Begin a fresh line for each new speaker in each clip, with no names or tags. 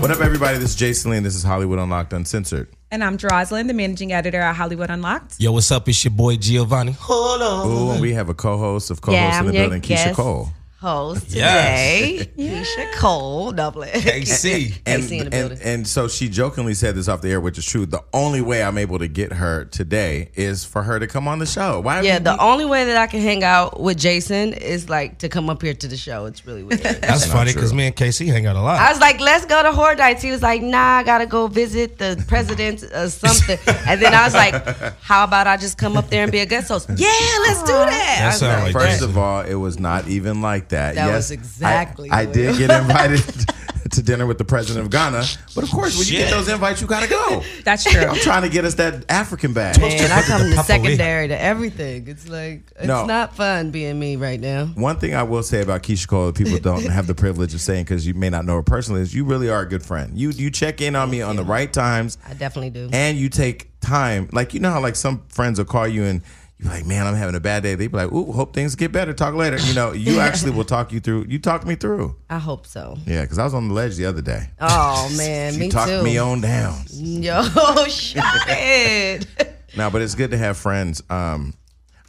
What up, everybody? This is Jason Lee, and this is Hollywood Unlocked Uncensored.
And I'm Droslyn, the managing editor at Hollywood Unlocked.
Yo, what's up? It's your boy Giovanni. Hold on.
Ooh, and we have a co-host of co-host
Yeah,
in
I'm
the
your
building, Keisha
guest
Cole.
host
Yes.
today. Keisha Cole, doublet.
AC.
And,
AC in the
and
building.
and so she jokingly said this off the air, which is true. The only way I'm able to get her today is for her to come on the show. Why?
Yeah, the only way that I can hang out with Jason is like to come up here to the show. It's really weird.
That's funny
true.
because me and KC hang out a lot.
I was like, let's go to Hordites. He was like, nah, I gotta go visit the president or something. And then I was like, how about I just come up there and be a guest host? Yeah, let's do that. I was
sound
like,
like
First
that.
of all, it was not even like that.
That
yes,
was exactly
I, I
what-
did get invited to dinner with the president of Ghana, but of course, when you get
Shit.
those invites, you gotta go.
That's true.
I'm trying to get us that African bag.
Man, I come
The
to
Papa
secondary to everything. It's like it's
No.
not fun being me right now.
One thing I will say about Keisha Cole that people don't have the privilege of saying because you may not know her personally is you really are a good friend. You you check in on me on the right times
I definitely do.
and you take time. Like you know how like some friends will call you and you're like, man, I'm having a bad day. They be like, ooh, hope things get better. Talk later. You know, you actually will talk you through. You talked me through.
I hope so.
Yeah, because I was on the ledge the other day.
Oh man,
You
me
talked
too.
me on down.
Yo, shut it.
No, but it's good to have friends. Um,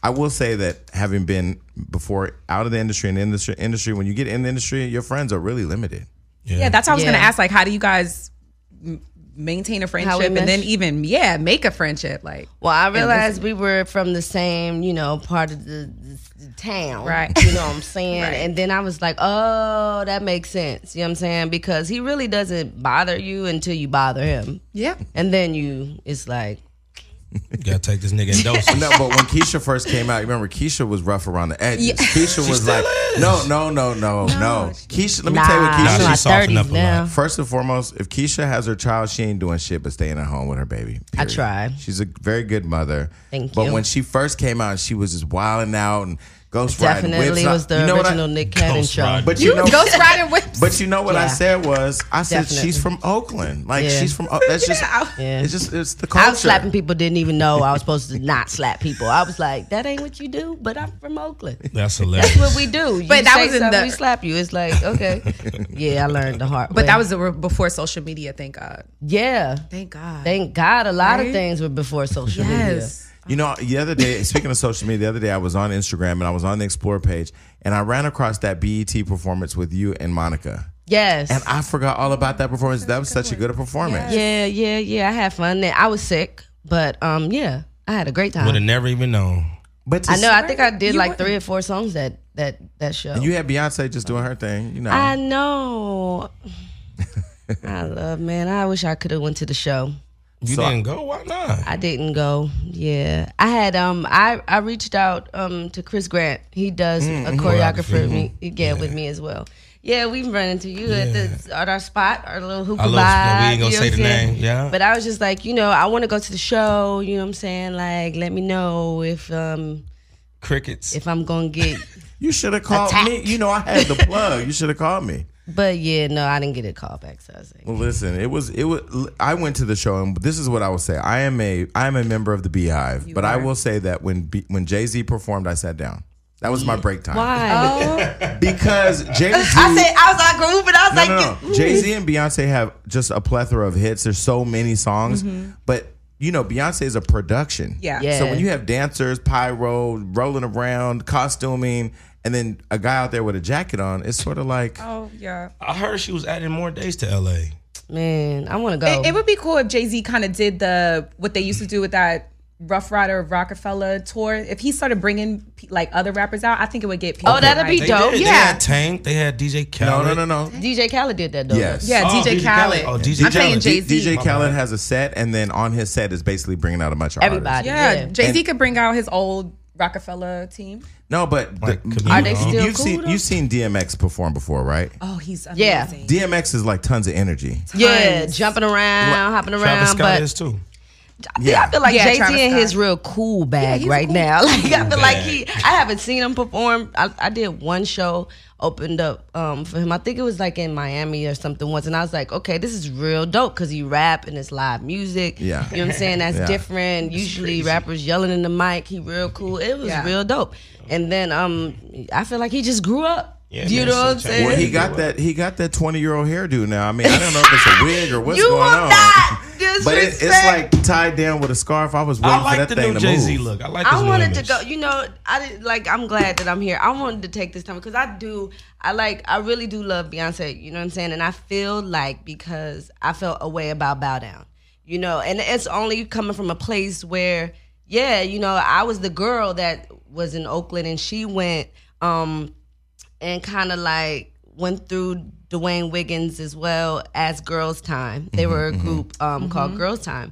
I will say that having been before out of the industry and in the industry, industry, when you get in the industry, your friends are really limited.
Yeah, that's what I was going
Yeah.
to ask. Like, how do you guys m- maintain a friendship and
mesh?
then even, yeah, make a friendship? Like,
Well, I realized we were from the same, you know, part of the, the, the town.
Right.
You know what I'm saying?
Right.
And then I was like, oh, that makes sense. You know what I'm saying? Because he really doesn't bother you until you bother him.
yeah.
And then you, it's like,
You gotta take this nigga in doses.
No, but when Keisha first came out, you remember Keisha was rough around the edges. Keisha was like, no, no, no, no, no. Keisha, let me tell you what
nah,
Keisha.
I'm
Nah,
in my
she softened
30s
up a lot.
now.
First and foremost, if Keisha has her child, she ain't doing shit but staying at home with her baby.
I
period.
try.
She's a very good mother.
Thank
but
you.
But when she first came out, she was just wilding out and ghost riding.
Definitely
whips. I-
was the
you know what I-
original Nick Cannon
Ghost
show.
Rider.
But you, know,
Ghost Rider Whips.
but you know what I
Yeah.
said was I said
Definitely.
she's from Oakland. Like
Yeah.
she's from. O- That's just.
Yeah.
It's just it's the culture.
I was slapping people didn't even know I was supposed to not slap people. I was like, that ain't what you do, but I'm from Oakland.
That's hilarious.
That's what we do. You
But that
say
was in
something,
the-
we slap you. It's like, okay. yeah, I learned the hard
But
way.
that was the re- before social media, thank God.
Yeah.
Thank God.
Thank God a lot
Right?
of things were before social media.
yes.
You know, the other day, speaking of social media, the other day I was on Instagram and I was on the Explore page and I ran across that BET performance with you and Monica.
Yes.
And I forgot all about that performance. That was such a good performance.
yeah, yeah, yeah. I had fun there. I was sick, but um yeah, I had a great
Would have
time.
never even known.
But to
I know,
see-
I think I did
You
like
wouldn't-
three or four songs that that that show.
you had Beyonce just doing her thing, you know.
I know. I love man. I wish I could have went to the show.
You
So I-
didn't go? Why not?
I didn't go. Yeah, I had um I I reached out um to Chris Grant. He does
Mm,
a
mm-hmm.
choreographer with me. Yeah, with me as well. Yeah, we run into you at the at our spot, our little hookah
Our little-
vibe.
we ain't gonna
you know
say
what
the
I'm saying?
name, yeah.
But I was just like, you know, I want to go to the show. You know what I'm saying? Like, let me know if um
Crickets.
if I'm gonna get.
you should have called
Attack.
me. You know, I had the plug. you should have called me.
but yeah, no, I didn't get a call back. So I was like,
Well, listen, it was it was. I went to the show, and this is what I will say. I am a I am a member of the Beehive, but I will say that when B, when Jay Z performed, I sat down. That was my break time
Oh.
why?
Oh,
because Jay Z.
I said I was on groove, but I was
No,
like,
no, no. Jay Z and Beyonce have just a plethora of hits. There's so many songs, but you know, Beyonce is a production.
Yeah.
Mm-hmm. Yeah.
So when you have dancers, pyro, rolling around, costuming, and then a guy out there with a jacket on, it's sort of like
Oh, yeah.
I heard she was adding more days to LA.
man, I want to go.
It, it would be cool if Jay Z kind of did the what they used to do with that Rough Rider of Rockefeller tour. If he started bringing pe- like other rappers out, I think it would get people.
Oh, that'd
like-
be
They,
dope.
did. they
yeah.
had Tank. They had DJ
no,
Khaled.
no, no, no.
DJ Khaled did that though.
Yes.
Yeah,
Oh,
DJ
DJ
Khaled.
Khaled. Oh, DJ
I'm saying
Khaled.
Jay Z.
DJ Khaled has a set, and then on his set is basically bringing out a bunch of artists.
Everybody.
Yeah,
Yeah.
Jay Z could bring out his old Rockefeller team.
No, but
Like,
the-
Camilo. Are they
still
you've
cool,
seen
though?
you've seen DMX perform before, right?
Oh, he's
Yeah.
amazing.
DMX is like tons of energy.
Yeah,
Tons.
jumping around, hopping
Travis
around.
Scott
But
is too.
Yeah.
I feel like
Yeah,
Jay
Travis
Z in
Scott.
his real cool bag
he's
right
cool.
now. Like I feel like
bag.
he. I haven't seen him perform. I, I did one show opened up um, for him. I think it was like in Miami or something once, and I was like, okay, this is real dope because he rap and it's live music.
Yeah.
you know what I'm saying? That's
Yeah.
different. Usually rappers yelling in the mic. He real cool. It was
Yeah.
real dope. And then um, I feel like he just grew up.
Yeah,
Do you
man,
know
so
what I'm
check-
saying?
Well, he got that he got that twenty year old hairdo now. I mean, I don't know if it's a wig or what's
You
going
will
on.
not
but it, it's
disrespect.
like tied down with a scarf. I was waiting
I like
for that
the
thing
new
to
Jay Z
move.
look. I like. This
I
new
wanted to
image.
go. You know, I didn't like. I'm glad that I'm here. I wanted to take this time because I do. I like. I really do love Beyonce. You know what I'm saying? And I feel like because I felt a way about Bow Down. You know, and it's only coming from a place where, yeah, you know, I was the girl that was in Oakland, and she went. um and kind of like went through Dwayne Wiggins as well as Girls Time. They were a group um, called Girls Time.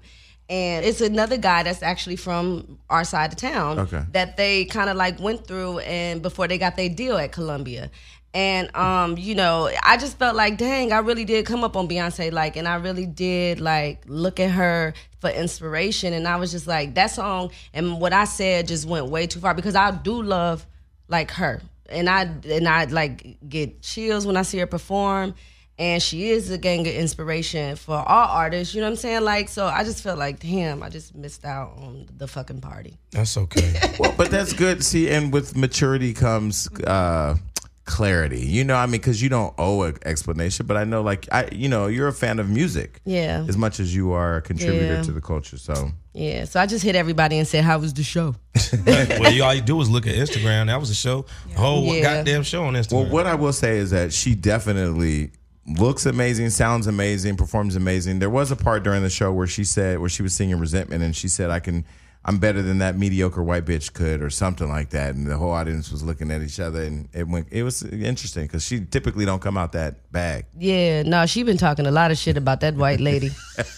And it's another guy that's actually from our side of town
Okay.
that they kind of like went through and before they got their deal at Columbia. And um, you know, I just felt like, dang, I really did come up on Beyonce, like, and I really did like look at her for inspiration. And I was just like, that song and what I said just went way too far because I do love like her and i and i like get chills when i see her perform and she is a gang of inspiration for all artists you know what i'm saying like so i just felt like damn i just missed out on the fucking party
That's okay.
Well, but that's good. See, and with maturity comes uh, clarity. You know, I mean, because you don't owe an explanation. But I know, like, I you know, you're a fan of music,
Yeah.
as much as you are a contributor
Yeah.
to the culture. So
yeah so i just hit everybody and said how was the show
well, you all you do is look at Instagram. That was a show, whole
Yeah.
goddamn show on Instagram.
Well, what I will say is that she definitely looks amazing, sounds amazing, performs amazing. There was a part during the show where she said where she was singing resentment and she said I can I'm better than that mediocre white bitch could or something like that and the whole audience was looking at each other and it went it was interesting cuz she typically don't come out that bag.
yeah no she been talking a lot of shit about that white lady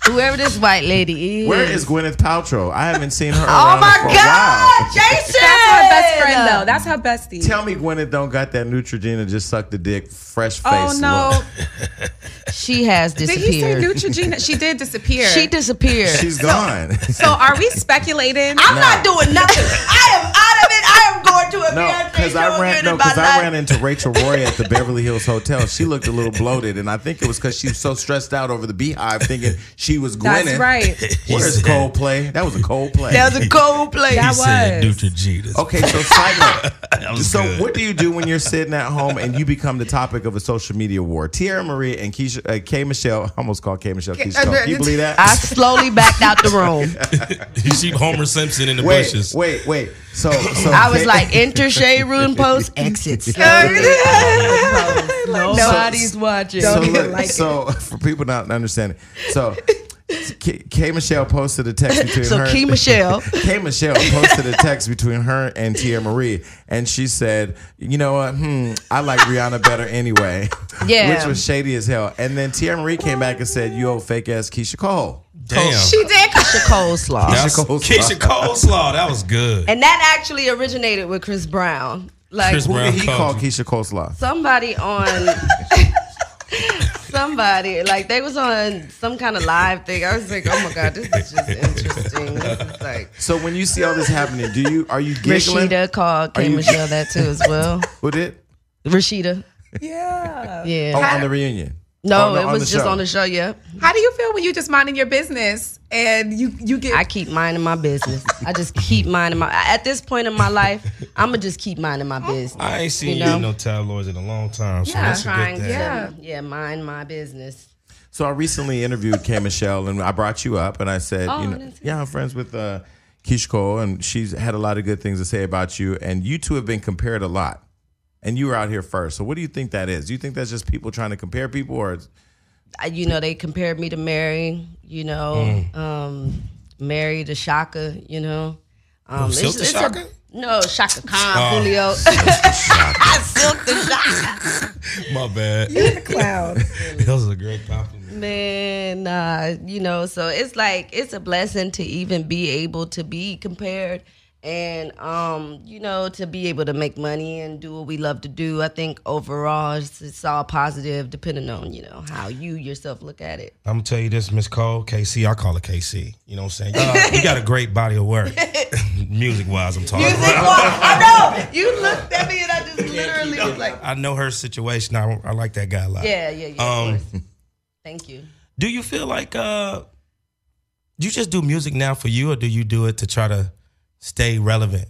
whoever this white lady is
Where is Gwyneth Paltrow? I haven't seen her
oh
around
my
for a
god
while.
jason
That's her best friend though. That's her bestie.
Tell me Gwyneth don't got that Neutrogena just suck the dick fresh face.
oh no!
look.
she has
Did he say
disappeared
Neutrogena? She did disappear.
she disappeared
She's gone.
so are we speculating?
I'm not doing nothing. I am out of it. I am going to a
No,
Beyonce
because
show
I ran
again
no,
in my
because I
life.
ran into Rachel Roy at the Beverly Hills Hotel. She looked a little bloated, and I think it was because she was so stressed out over the beehive, thinking she was Gwyneth.
That's right.
Where's Coldplay? That was a Coldplay.
That was a cold play.
That
he said
was.
Neutrogena.
okay, so side
that
note.
was
So
good.
what do you do when you're sitting at home and you become the topic of a social media war? Tiara Marie and Keisha, uh, K Michelle, I almost called K Michelle Keisha. Cole. Can you believe that?
I slowly backed out the room.
you see Homer Simpson in the
wait,
bushes.
wait, wait. So, so
I
K-
was like, enter shade room post, exit. slowly. Nobody's watching.
so,
Don't
look,
like it.
so for people not understanding, so K, K Michelle posted a text between
So
her.
Key Michelle.
K Michelle posted a text between her and Tia Marie, and she said, "You know what? Hmm, I like Rihanna better anyway."
Yeah.
which was shady as hell. And then Tia Marie came back and said, "You old fake ass Keisha Cole."
Damn.
She did catch a coleslaw.
That's-
Keisha Coleslaw.
Keisha Coleslaw. That was good.
And that actually originated with Chris Brown. Like
Chris
Who
Brown
did he
called
call
you.
Keisha Coleslaw?
somebody on somebody like they was on some kind of live thing. I was like, oh my god, this is just interesting. This is like
So when you see all this happening, do you are you giggling?
Rashida called K
you-
Michelle that too as well.
Who did?
Rashida,
yeah.
Oh,
yeah.
on the reunion.
no,
Oh,
it was just
show.
on the show. Yeah,
How do you feel when you just minding your business and you you get
I keep minding my business. I just keep minding my. At this point in my life, I'm gonna just keep minding my business.
I ain't seen
You
you,
know?
in no tabloids in a long time. So
Yeah,
that's a
trying
good
to
thing.
Yeah.
yeah mind my business.
So I recently interviewed Kay Michelle, and I brought you up, and I said,
I
you know,
didn't see
yeah, I'm friends with uh, Keish Cole, and she's had a lot of good things to say about you, and you two have been compared a lot, and you were out here first. So what do you think that is? Do you think that's just people trying to compare people, or it's-
I- you know, they compared me to Mary, you know,
Mm.
um, Mary to Shaka, you know. Um,
Silk to
a-
Shaka?
no, Shaka Khan,
Oh.
Julio. Silk to Shaka.
My bad.
cloud?
That was a great compliment.
Man, nah, you know, so it's like, it's a blessing to even be able to be compared and, um, you know, to be able to make money and do what we love to do. I think overall it's, it's all positive depending on, you know, how you yourself look at it.
I'm gonna tell you this, Miss Cole, KC. I call her KC. You know what I'm saying? You got, you got a great body of work, music wise. I'm talking.
Music
about.
was- I know. You looked at me and I just literally was like,
I know her situation. I, I like that guy a lot.
yeah, yeah, yeah. of
Um,
course. Thank you.
Do you feel like uh you just do music now for you or do you do it to try to stay relevant?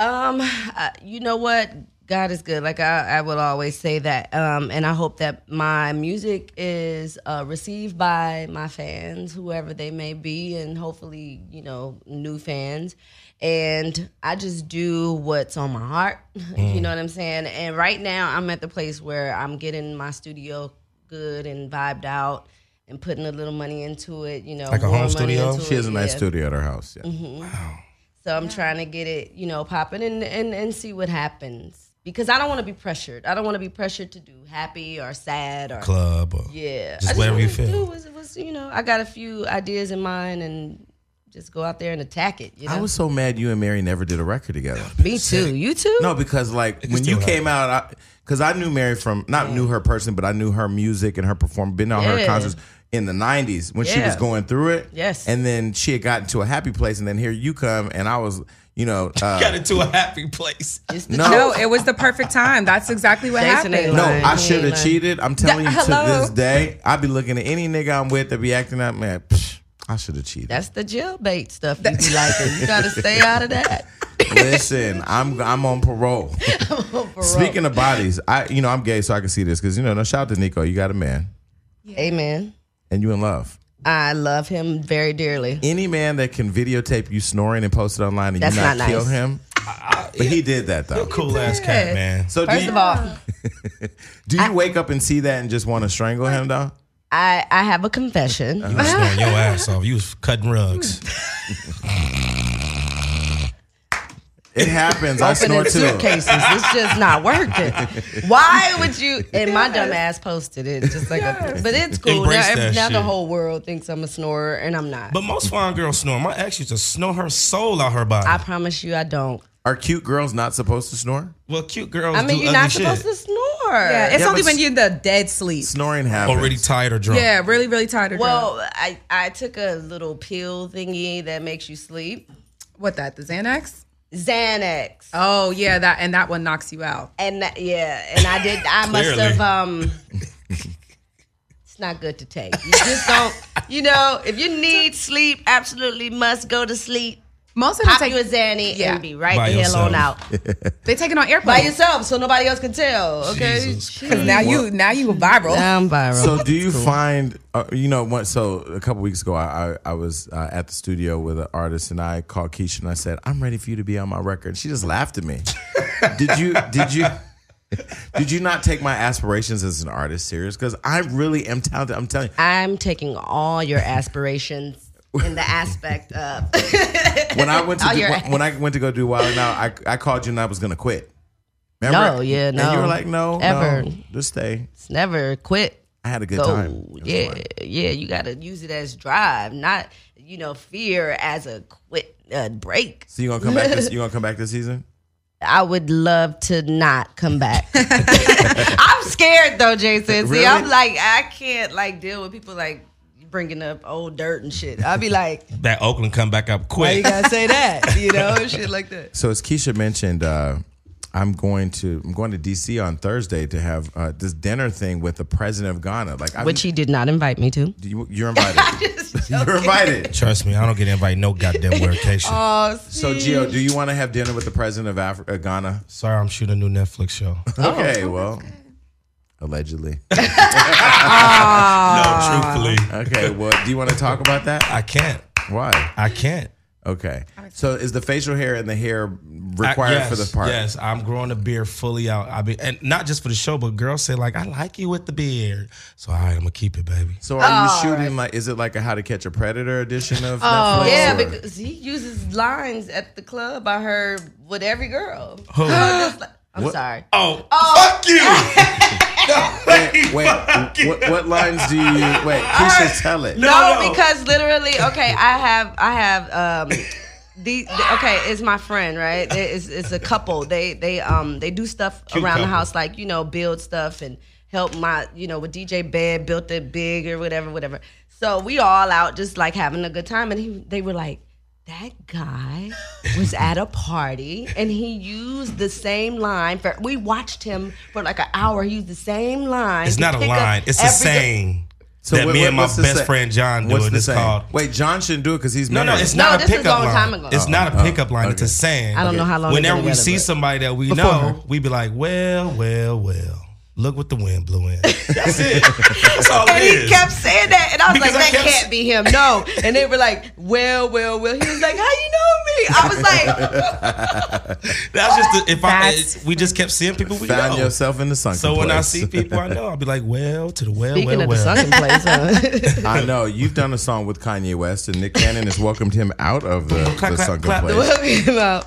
Um, uh, you know what? God is good. Like I, I will always say that. Um, and I hope that my music is uh, received by my fans, whoever they may be, and hopefully, you know, new fans. And I just do what's on my heart. you know what I'm saying? And right now, I'm at the place where I'm getting my studio good and vibed out and putting a little money into it, you know.
Like a
more
home
money
studio?
into
She has a
it,
nice
yeah.
studio at her house. Yeah.
So I'm trying to get it, you know, popping and, and, and see what happens. Because I don't want to be pressured. I don't want to be pressured to do happy or sad or
club or
yeah.
Just
I
whatever you
wanted to
feel.
Do was, was, you know, I got a few ideas in mind and just go out there and attack it. You know,
I was so mad you and Mary never did a record together.
me too. You too.
No, because like when
still
you came out, because I, knew Mary from not knew her person, but I knew her music and her perform, been on her
Yeah.
concerts in the '90s when she was
Yeah.
going through it.
Yes.
and then she had gotten to a happy place, and then here you come, and I was, you know,
got
uh,
into a happy place.
It's the
No.
truth.
No, it was the perfect time. That's exactly what
Jason ain't
happened.
no,
lying.
I
He
should
ain't
have
lying.
cheated. I'm telling you to
Hello?
this day, I'd be looking at any nigga I'm with that be acting up, man. psh, I should have cheated.
That's the jailbait stuff you be liking. You gotta stay out of that.
Listen, I'm I'm on parole. Speaking of bodies, I you know I'm gay, so I can see this because you know. No shout out to Nico, you got a man
Amen.
and you in love.
I love him very dearly.
Any man that can videotape you snoring and post it online and
That's
you not,
not
kill
nice.
him, but he did that though.
Cool ass cat, man.
So do
First
you,
of all,
do you wake up and see that and just want to strangle him though?
I, I have a confession.
Uh-huh.
You was snoring your ass off. You was cutting rugs.
Hmm.
It happens. I snore
opening
too.
suitcases. It's just not working. Why would you? And my dumb ass posted it just like a. But it's cool.
Embrace
Now, ev-
that
now the
shit.
whole world thinks I'm a snorer, and I'm not.
But most fine girls snore. My ex used to snore her soul out her body.
I promise you, I don't.
Are cute girls not supposed to snore?
well, cute girls
I mean,
do
you're
ugly
not
shit.
supposed to snore.
Yeah, it's
Yeah,
only
but
when you're in the dead sleep.
Snoring happens.
Already tired or drunk.
Yeah, really, really tired of drunk.
Well, I, I took a little pill thingy that makes you sleep,
What that? The Xanax?
Xanax,
Oh yeah, that and that one knocks you out.
and that- yeah, and I did. I must
Clearly.
have. um It's not good to take. You just don't. You know, if you need sleep, absolutely must go to sleep.
Most of them
pop
take
you a Xanny
Yeah.
and be right
By
the hell on out.
yourself.
they take it on
By
airplanes
yourself, so nobody else can tell. Okay.
Jesus
because now you now you viral.
I'm viral.
So do you find uh, you know what? So a couple weeks ago, I I, I was uh, at the studio with an artist, and I called Keisha and I said, "I'm ready for you to be on my record." And she just laughed at me. did you? Did you? Did you not take my aspirations as an artist serious? Because I really am talented. I'm telling you.
I'm taking all your aspirations in the aspect of
When I went to
Oh,
do,
you're
when,
right.
when I went to go do Wild Now, I I called you and I was gonna quit.
No, yeah,
And you
no.
were like, no,
Ever.
no, just stay.
it's never quit.
I had a good time.
Go.
It was
Yeah,
fun.
yeah. You gotta use it as drive, not you know fear as a quit uh, break.
So you gonna come back? This, you gonna come back this season?
I would love to not come back. I'm scared though, Jason. See,
Really?
I'm like I can't like deal with people like bringing up old dirt and shit. I'd be like.
That Oakland come back up
Why you
quick.
gotta say that? You know, and shit like that.
So as Keisha mentioned, uh, I'm going to I'm going to DC on Thursday to have uh, this dinner thing with the president of Ghana. Like, I've-
Which he did not invite me to.
you, you're invited. you're invited.
Trust me, I don't get invited no goddamn vacation.
Oh,
So Gio, do you want to have dinner with the president of Afri- uh, Ghana?
Sorry, I'm shooting a new Netflix show.
Okay, well, allegedly.
no, truthfully,
Okay, well, do you want to talk about that?
I can't.
Why?
I can't.
Okay. So is the facial hair and the hair required
I- Uh, yes,
for the part?
Yes, I'm growing the beard fully out. I be and not just for the show, but girls say like, I like you with the beard. So all right, I'm gonna keep it, baby.
So are
Oh,
you shooting like? Is it like a How to Catch a Predator edition of Netflix?
yeah,
or-
because he uses lines at the club. I heard with every girl. Oh. I'm sorry.
Oh, fuck you!
wait, wait. what, what lines do you wait? Keisha, tell it.
No,
no.
because literally, okay, I have, I have, um, the, the- okay, it's my friend, right? It's, it's a couple. They, they, um, they do stuff
Cute
around the
couple.
house, like you know, build stuff and help my, you know, with DJ Bed built it big or whatever, whatever. So we all out just like having a good time, and he, they were like. That guy was at a party and he used the same line for. We watched him for like an hour. He used the same line.
It's
to
not a
pick up
line. It's a
every-
saying.
So
that
what-
me
what-
and my
what's the
best
sa-
friend John do
what's
it.
the
It's
saying?
called.
Wait, John shouldn't do it because he's
No, no,
married.
it's
No,
not
this
a
was a
pickup
long
line.
time ago.
It's not a pickup line. It's a saying.
I don't know how long. they've been
Whenever we
together,
see
but-
somebody that we
Before her.
know, we be like, well, well, well. Look what the wind blew in. That's it. That's all it
And he
is.
kept saying that, and I was
Because I
like, "That
kept-
can't be him." No, and they were like, "Well, well, well." He was like, "How you know me?" I was like,
That's just the, if
That's-
I we just kept seeing people we
Found
know.
yourself in the sunken
so when I
place.
see people I know, I'll be like, well, to the well,
"Speaking
well,
of
well.
the sunken place, huh?
I know you've done a song with Kanye West, and Nick Cannon has welcomed him out of the,
Clap,
the
clap,
sunken
clap.
place.
What we about?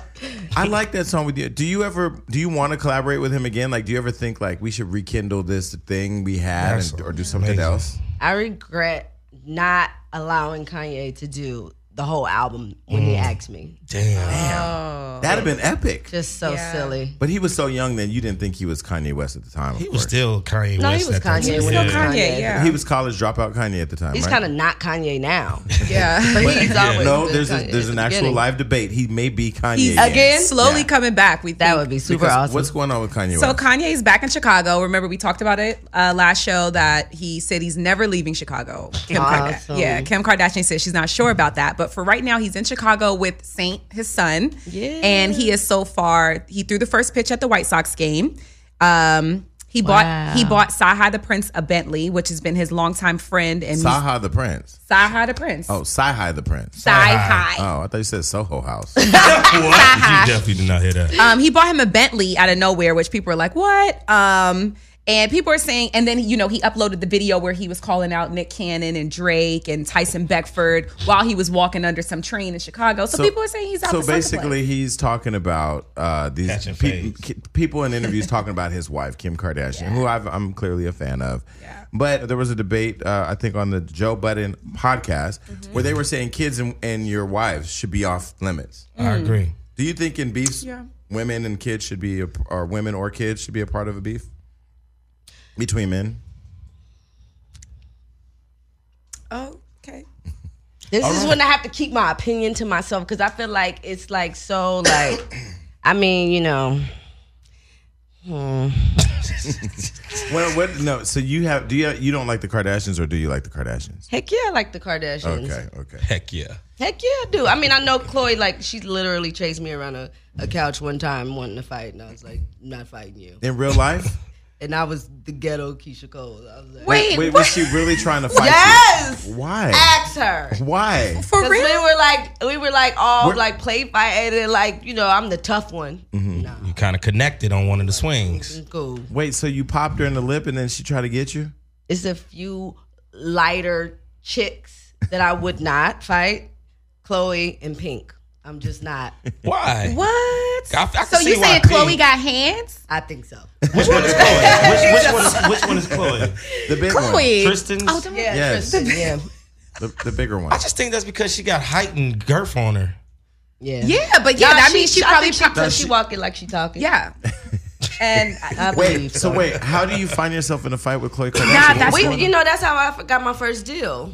I like that song with you. Do you ever do you want to collaborate with him again? Like, do you ever think like we should rekindle this thing we had
That's
and, or do something
amazing.
else?
I regret not allowing Kanye to do the whole album when he asked me.
Damn.
Oh.
That'd have been epic.
Just so
Yeah.
silly.
But he was so young then you didn't think he was Kanye West at the time.
He was still Kanye
No,
West.
he was
at that
Kanye.
time.
He was
Still
Yeah.
Kanye,
Kanye.
yeah.
he was college dropout Kanye at the time.
He's
right?
kind of not Kanye now.
yeah.
But he's always
no.
been
There's a,
Kanye
there's
at
an
the
actual
beginning.
live debate. He may be Kanye
He's
again.
Again?
slowly
Yeah.
coming back. We think.
That would be super
Because
awesome.
What's going on with Kanye
So
West?
Kanye's back in Chicago. Remember we talked about it uh, last show that he said he's never leaving Chicago. Kim
Awesome.
Kardashian. Yeah, Kim Kardashian said she's not sure about that, but for right now he's in Chicago with Saint, his son.
Yeah.
And he is so far he threw the first pitch at the White Sox game. Um he
Wow.
bought he bought Saha the Prince a Bentley, which has been his longtime friend and Saha,
Saha the Prince.
the Prince.
Oh, Sahi the Prince.
Sigh
Saha.
high.
Oh, I thought you said Soho House.
what? You definitely did not hear that.
Um, he bought him a Bentley out of nowhere, which people are like, "What?" Um, and people are saying, and then you know he uploaded the video where he was calling out Nick Cannon and Drake and Tyson Beckford while he was walking under some train in Chicago. So, people are saying he's out.
So
the sunken
basically,
place.
he's talking about uh, these
Catching
pe-
phase.
ki- people in interviews talking about his wife Kim Kardashian, who I've, I'm clearly a fan of. But there was a debate, uh, I think, on the Joe Budden podcast
Mm-hmm.
where they were saying kids and, and your wives should be off limits.
I
Mm.
agree.
Do you think in beefs,
Yeah.
women and kids should be, a, or women or kids should be a part of a beef between men?
oh, okay.
This is when I have to keep my opinion to myself because I feel like it's like so like I mean, you know,
Well, what? No. So you have? Do you you don't like the Kardashians, or do you like the Kardashians?
heck yeah, I like the Kardashians.
Okay. Okay.
Heck yeah.
Heck yeah, I do. I mean, I know Chloe like she literally chased me around a, a couch one time wanting to fight and I was like, not fighting you.
In real life,
And I was the ghetto Keisha Cole. I was like,
Wait,
wait,
what? Uh,
was she really trying to fight? you?
Yes!
Why?
Ask her.
Why?
for
Because we
real?
were like we were like all
We're-
like play fight and then, like, you know, I'm the tough one.
Mm-hmm.
Nah.
You kind of connected on one of the swings.
Cool.
Wait, so you popped her in the lip and then she tried to get you?
It's a few lighter chicks that I would not fight. Chloe and Pink. I'm just not.
Why?
What?
I- I can
so
see
you
why
saying
Pink-
Chloe got hands?
I think so.
Which one is Chloe? Which, which one is which one is Chloe?
The big one.
Chloe.
Tristan's.
Oh, don't-
Yeah,
Yes.
Tristan, yeah,
The, the bigger one.
I just think that's because she got height and girth on her.
yeah,
yeah, but yeah, I mean, she,
I
probably,
think she,
pro-
she, walking like she talking.
yeah. and uh,
I
wait,
believe
so wait, how do you find yourself in a fight with Chloe Kardashian?
Nah, that's-
We,
what-
you know, that's how I got my first deal.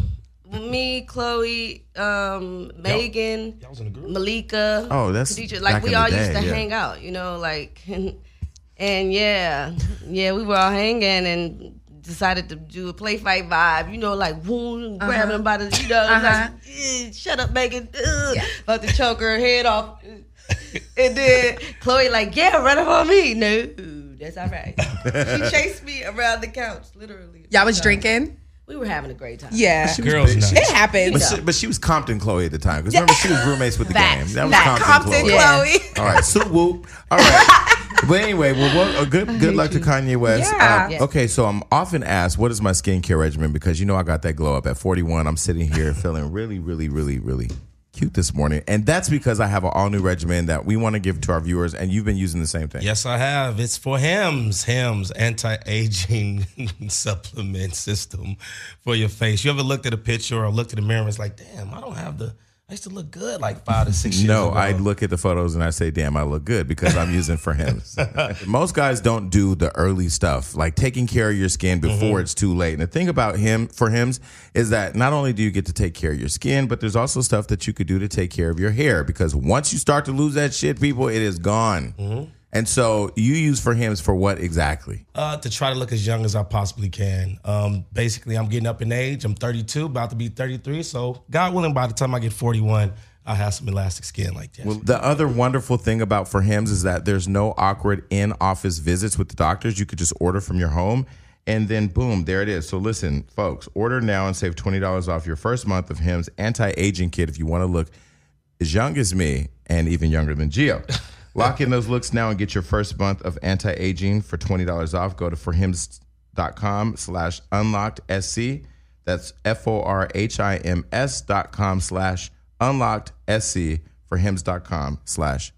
Me, Chloe, um, Megan,
Y'all was in a group.
Malika.
Oh, that's
Khadija.
back
Like
in
we
the
all used
day,
to
yeah.
hang out, you know, like and, yeah, yeah, we were all hanging and decided to do a play fight vibe, you know, like woo, grabbing by the, you know,
Uh-huh.
like "Eh, shut up, Megan, Ugh, about to choke her head off. And then Chloe like, yeah, run up on me. No, that's all right. she chased me around the couch, literally.
y'all was drinking.
We were having a great time.
Yeah,
She was
Girls
big.
night.
She-
it happened.
but, she, but she was Compton Chloe at the time. Because remember, she was roommates with the
Facts.
game. That was
Not
Compton,
Compton,
Chloe.
Yeah.
Chloe.
All right, so whoop. All right. But anyway, well, well uh, good good luck to Kanye West.
Yeah.
Um, Okay, so I'm often asked, what is my skincare regimen? Because you know I got that glow up at 41. I'm sitting here feeling really, really, really, really cute this morning, and that's because I have an all new regimen that we want to give to our viewers, and you've been using the same thing.
Yes, I have. It's for Hims. Hims anti-aging supplement system for your face. You ever looked at a picture or looked at a mirror and it's like, damn, I don't have the. I used to look good like five to six years
No,
ago.
I look at the photos and I say, "Damn, I look good" because I'm using for him. Most guys don't do the early stuff, like taking care of your skin before it's too late. And the thing about him for hims is that not only do you get to take care of your skin, but there's also stuff that you could do to take care of your hair because once you start to lose that shit, people, it is gone. And so you use for him is for what exactly?
Uh, to try to look as young as I possibly can. Um, basically, I'm getting up in age. I'm 32, about to be 33. So, God willing, by the time I get 41, I have some elastic skin like that.
Well, the other wonderful thing about for hims is that there's no awkward in office visits with the doctors. You could just order from your home and then boom, there it is. So listen, folks, order now and save $20 off your first month of hims anti-aging kit if you want to look as young as me and even younger than Geo. Lock in those looks now and get your first month of anti-aging for $20 off. Go to forhims.com slash unlocked SC. That's F-O-R-H-I-M-S dot com slash unlocked SC. Forhims.com slash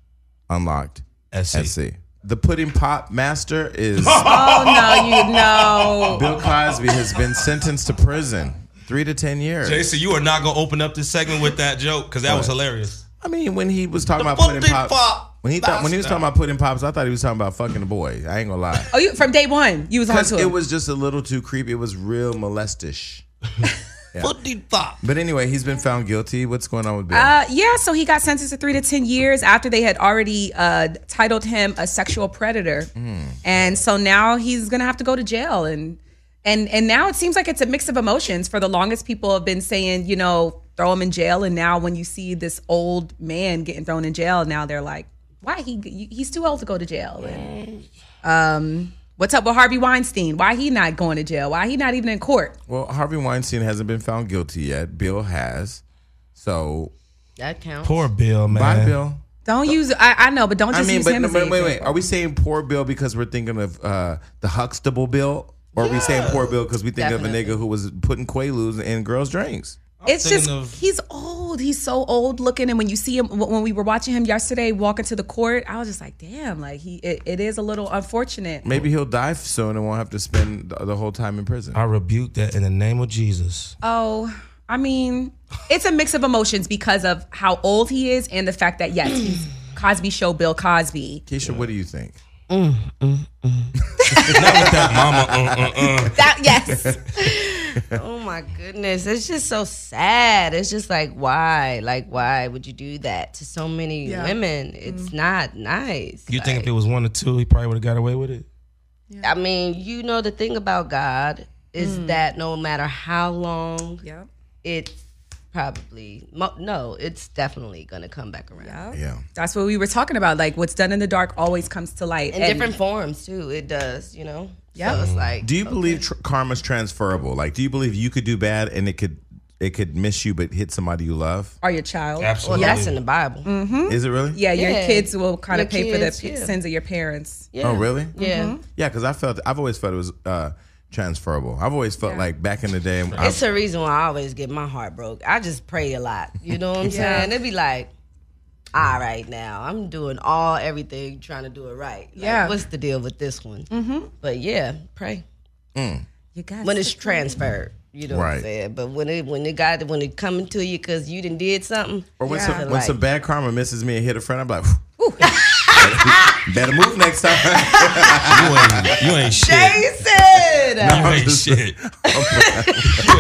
unlocked
SC.
SC. The pudding pop master is
Oh no, you know.
Bill Cosby has been sentenced to prison. Three to ten years.
Jason, you are not going to open up this segment with that joke because that was hilarious.
I mean, when he was talking
The
about pudding
pudding
pops,
pop
when he thought when he was
master.
talking about pudding pops, I thought he was talking about fucking a boy. I ain't gonna lie,
Oh, you from day one, you was on
because
to
it
it.
was just a little too creepy. It was real molestish.
Pudding pop.
But anyway, he's been found guilty. What's going on with Bill?
Uh, yeah, so he got sentenced to three to ten years after they had already uh, titled him a sexual predator,
Hmm.
and so now he's gonna have to go to jail and and and now it seems like it's a mix of emotions. For the longest, people have been saying, you know, throw him in jail, and now when you see this old man getting thrown in jail, now they're like, why he you- he's too old to go to jail. And, um, what's up with Harvey Weinstein? Why he not going to jail? Why he not even in court?
well, Harvey Weinstein hasn't been found guilty yet. Bill has. So
That counts.
Poor Bill, man.
bye, Bill.
Don't use I, I know, but don't
I
just
mean,
use
but
him.
no,
as
wait,
an
wait,
example.
wait. Are we saying poor Bill because we're thinking of uh, the Huxtable Bill, or are we saying poor Bill because we think of a
Definitely.
nigga who was putting quaaludes in girls' drinks?
it's just
thinking of-
he's old. He's so old looking, and when you see him, wh- when we were watching him yesterday walking to the court, I was just like, damn, like he, it, it is a little unfortunate.
Maybe he'll die soon and won't have to spend the- the whole time in prison.
I rebuke that in the name of Jesus.
Oh, I mean, it's a mix of emotions because of how old he is and the fact that yes, he's Cosby Show Bill Cosby.
Keisha, what do you think?
uh,
That yes,
Oh my goodness. It's just so sad. It's just like why? Like why would you do that to so many women? It's
Mm-hmm.
not nice.
You think if
Like,
it was one or two, he probably would have got away with it?
I mean, you know the thing about God is that no matter how long
Mm. yeah,
it's probably mo- no, it's definitely going to come back around.
Yeah.
that's what we were talking about. Like what's done in the dark always comes to light.
In
And-
different forms too. It does, you know.
Yeah.
So it's like
Do you believe tr- karma's transferable? Like, do you believe you could do bad and it could it could miss you, but hit somebody you love?
Are your child?
well,
Absolutely.
that's in the Bible.
Mm-hmm.
Is it really?
Yeah, your
Yeah.
kids will kind
Your
of pay
kids,
for the p
yeah.
sins of your parents.
Yeah.
Oh, really?
Yeah.
Yeah, because I felt I've always felt it was uh, transferable. I've always felt like back in the day. I,
It's the reason why I always get my heart broke. I just pray a lot. You know what I'm
Yeah.
saying? It'd be like, all right, now I'm doing all everything, trying to do it right. Like,
Yeah.
What's the deal with this one? Mm-hmm. But yeah, pray
You guys,
when it's transferred. You know what
Right.
I'm saying? But when it when it got when it coming to you because you done did something.
or when,
Yeah.
some, when
Like-
some bad karma misses me and hit a friend, I'm like, better move next time.
You ain't, you ain't shit.
Jason,
You ain't shit. You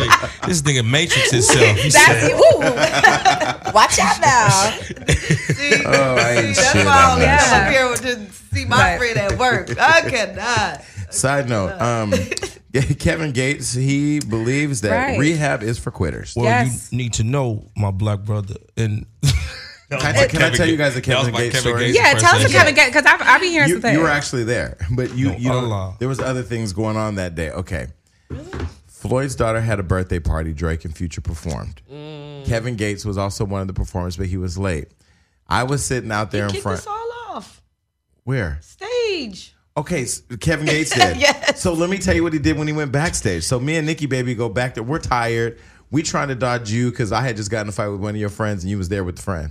ain't- this nigga matrix itself. He
that's
said,
you. Woo. Watch out now. See,
oh, I ain't
that's
shit.
why
I'm
I'm
not
Yeah.
shit.
over here to see my
Right.
friend at work. I cannot.
Side note, um, Kevin Gates he believes that
Right.
rehab is for quitters.
Well,
Yes.
you need to know, my black brother. And
Can I- can I tell you guys a Kevin Gates story?
yeah, tell us what Kevin Gates because I've, I've been hearing
you,
some things.
you were actually there, but you you know,
Allah.
there was other things going on that day. Okay, Floyd's daughter had a birthday party. Drake and Future performed.
Mm.
Kevin Gates was also one of the performers, but he was late. I was sitting out there in
Kick
front.
us all off
Where?
stage.
Okay, s- Kevin Gates did. So let me tell you what he did when he went backstage. So me and Nikki Baby go back there. We're tired. We trying to dodge you because I had just gotten in a fight with one of your friends and you was there with the friend.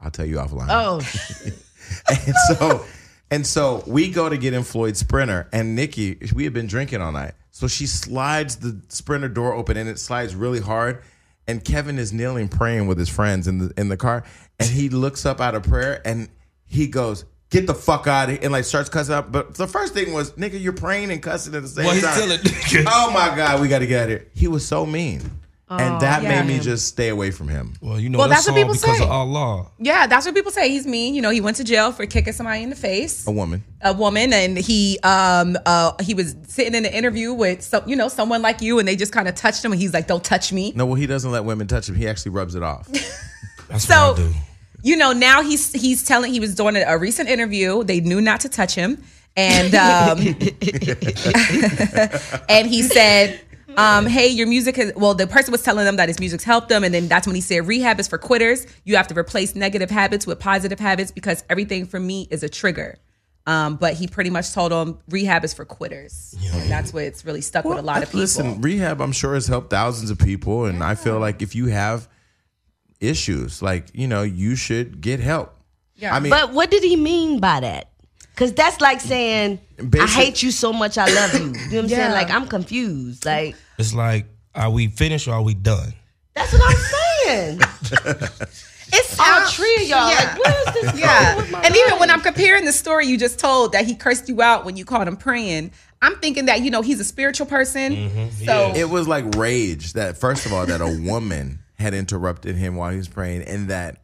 I'll tell you offline.
Oh,
And so and so we go to get in Floyd's sprinter and Nikki, we had been drinking all night. So she slides the sprinter door open and it slides really hard. And Kevin is kneeling praying with his friends in the in the car. And he looks up out of prayer and he goes, Get the fuck out of here and like starts cussing out. But the first thing was, nigga, you're praying and cussing at the same
Well, he's
time.
still a nigga.
Oh my God, we gotta get out of here. He was so mean. and that
yeah.
made me just stay away from him.
Well, you know
Well,
that's,
that's what
all
people
because
say.
of Allah.
Yeah, that's what people say. He's mean. You know, he went to jail for kicking somebody in the face.
A woman.
a woman and he um uh he was sitting in an interview with so you know someone like you and they just kind of touched him and he's like don't touch me
No, well, he doesn't let women touch him. He actually rubs it off.
That's
So-
what I do.
you know now he's he's telling he was doing a, a recent interview they knew not to touch him and um and he said um, hey, your music is well. The person was telling them that his music's helped them, and then that's when he said, "Rehab is for quitters. You have to replace negative habits with positive habits because everything for me is a trigger." Um, but he pretty much told them, "Rehab is for quitters." And that's what it's really stuck with a lot of people.
Listen, rehab, I'm sure, has helped thousands of people. And I feel like if you have issues, like, you know, you should get help.
Yeah.
I mean,
But what did he mean by that? Because that's like saying, I
Basic-
hate you so much, I love you. You know what I'm saying?
Yeah.
Like, I'm confused. Like,
It's like, are we finished or are we done?
that's what I'm saying.
It's
All three of y'all.
Yeah.
Like, where is this going
Yeah.
with my
And even when
life?
I'm comparing the story you just told that he cursed you out when you called him praying, I'm thinking that, you know, he's a spiritual person.
Mm-hmm.
So
it was like rage that, first of all, that a woman had interrupted him while he was praying and that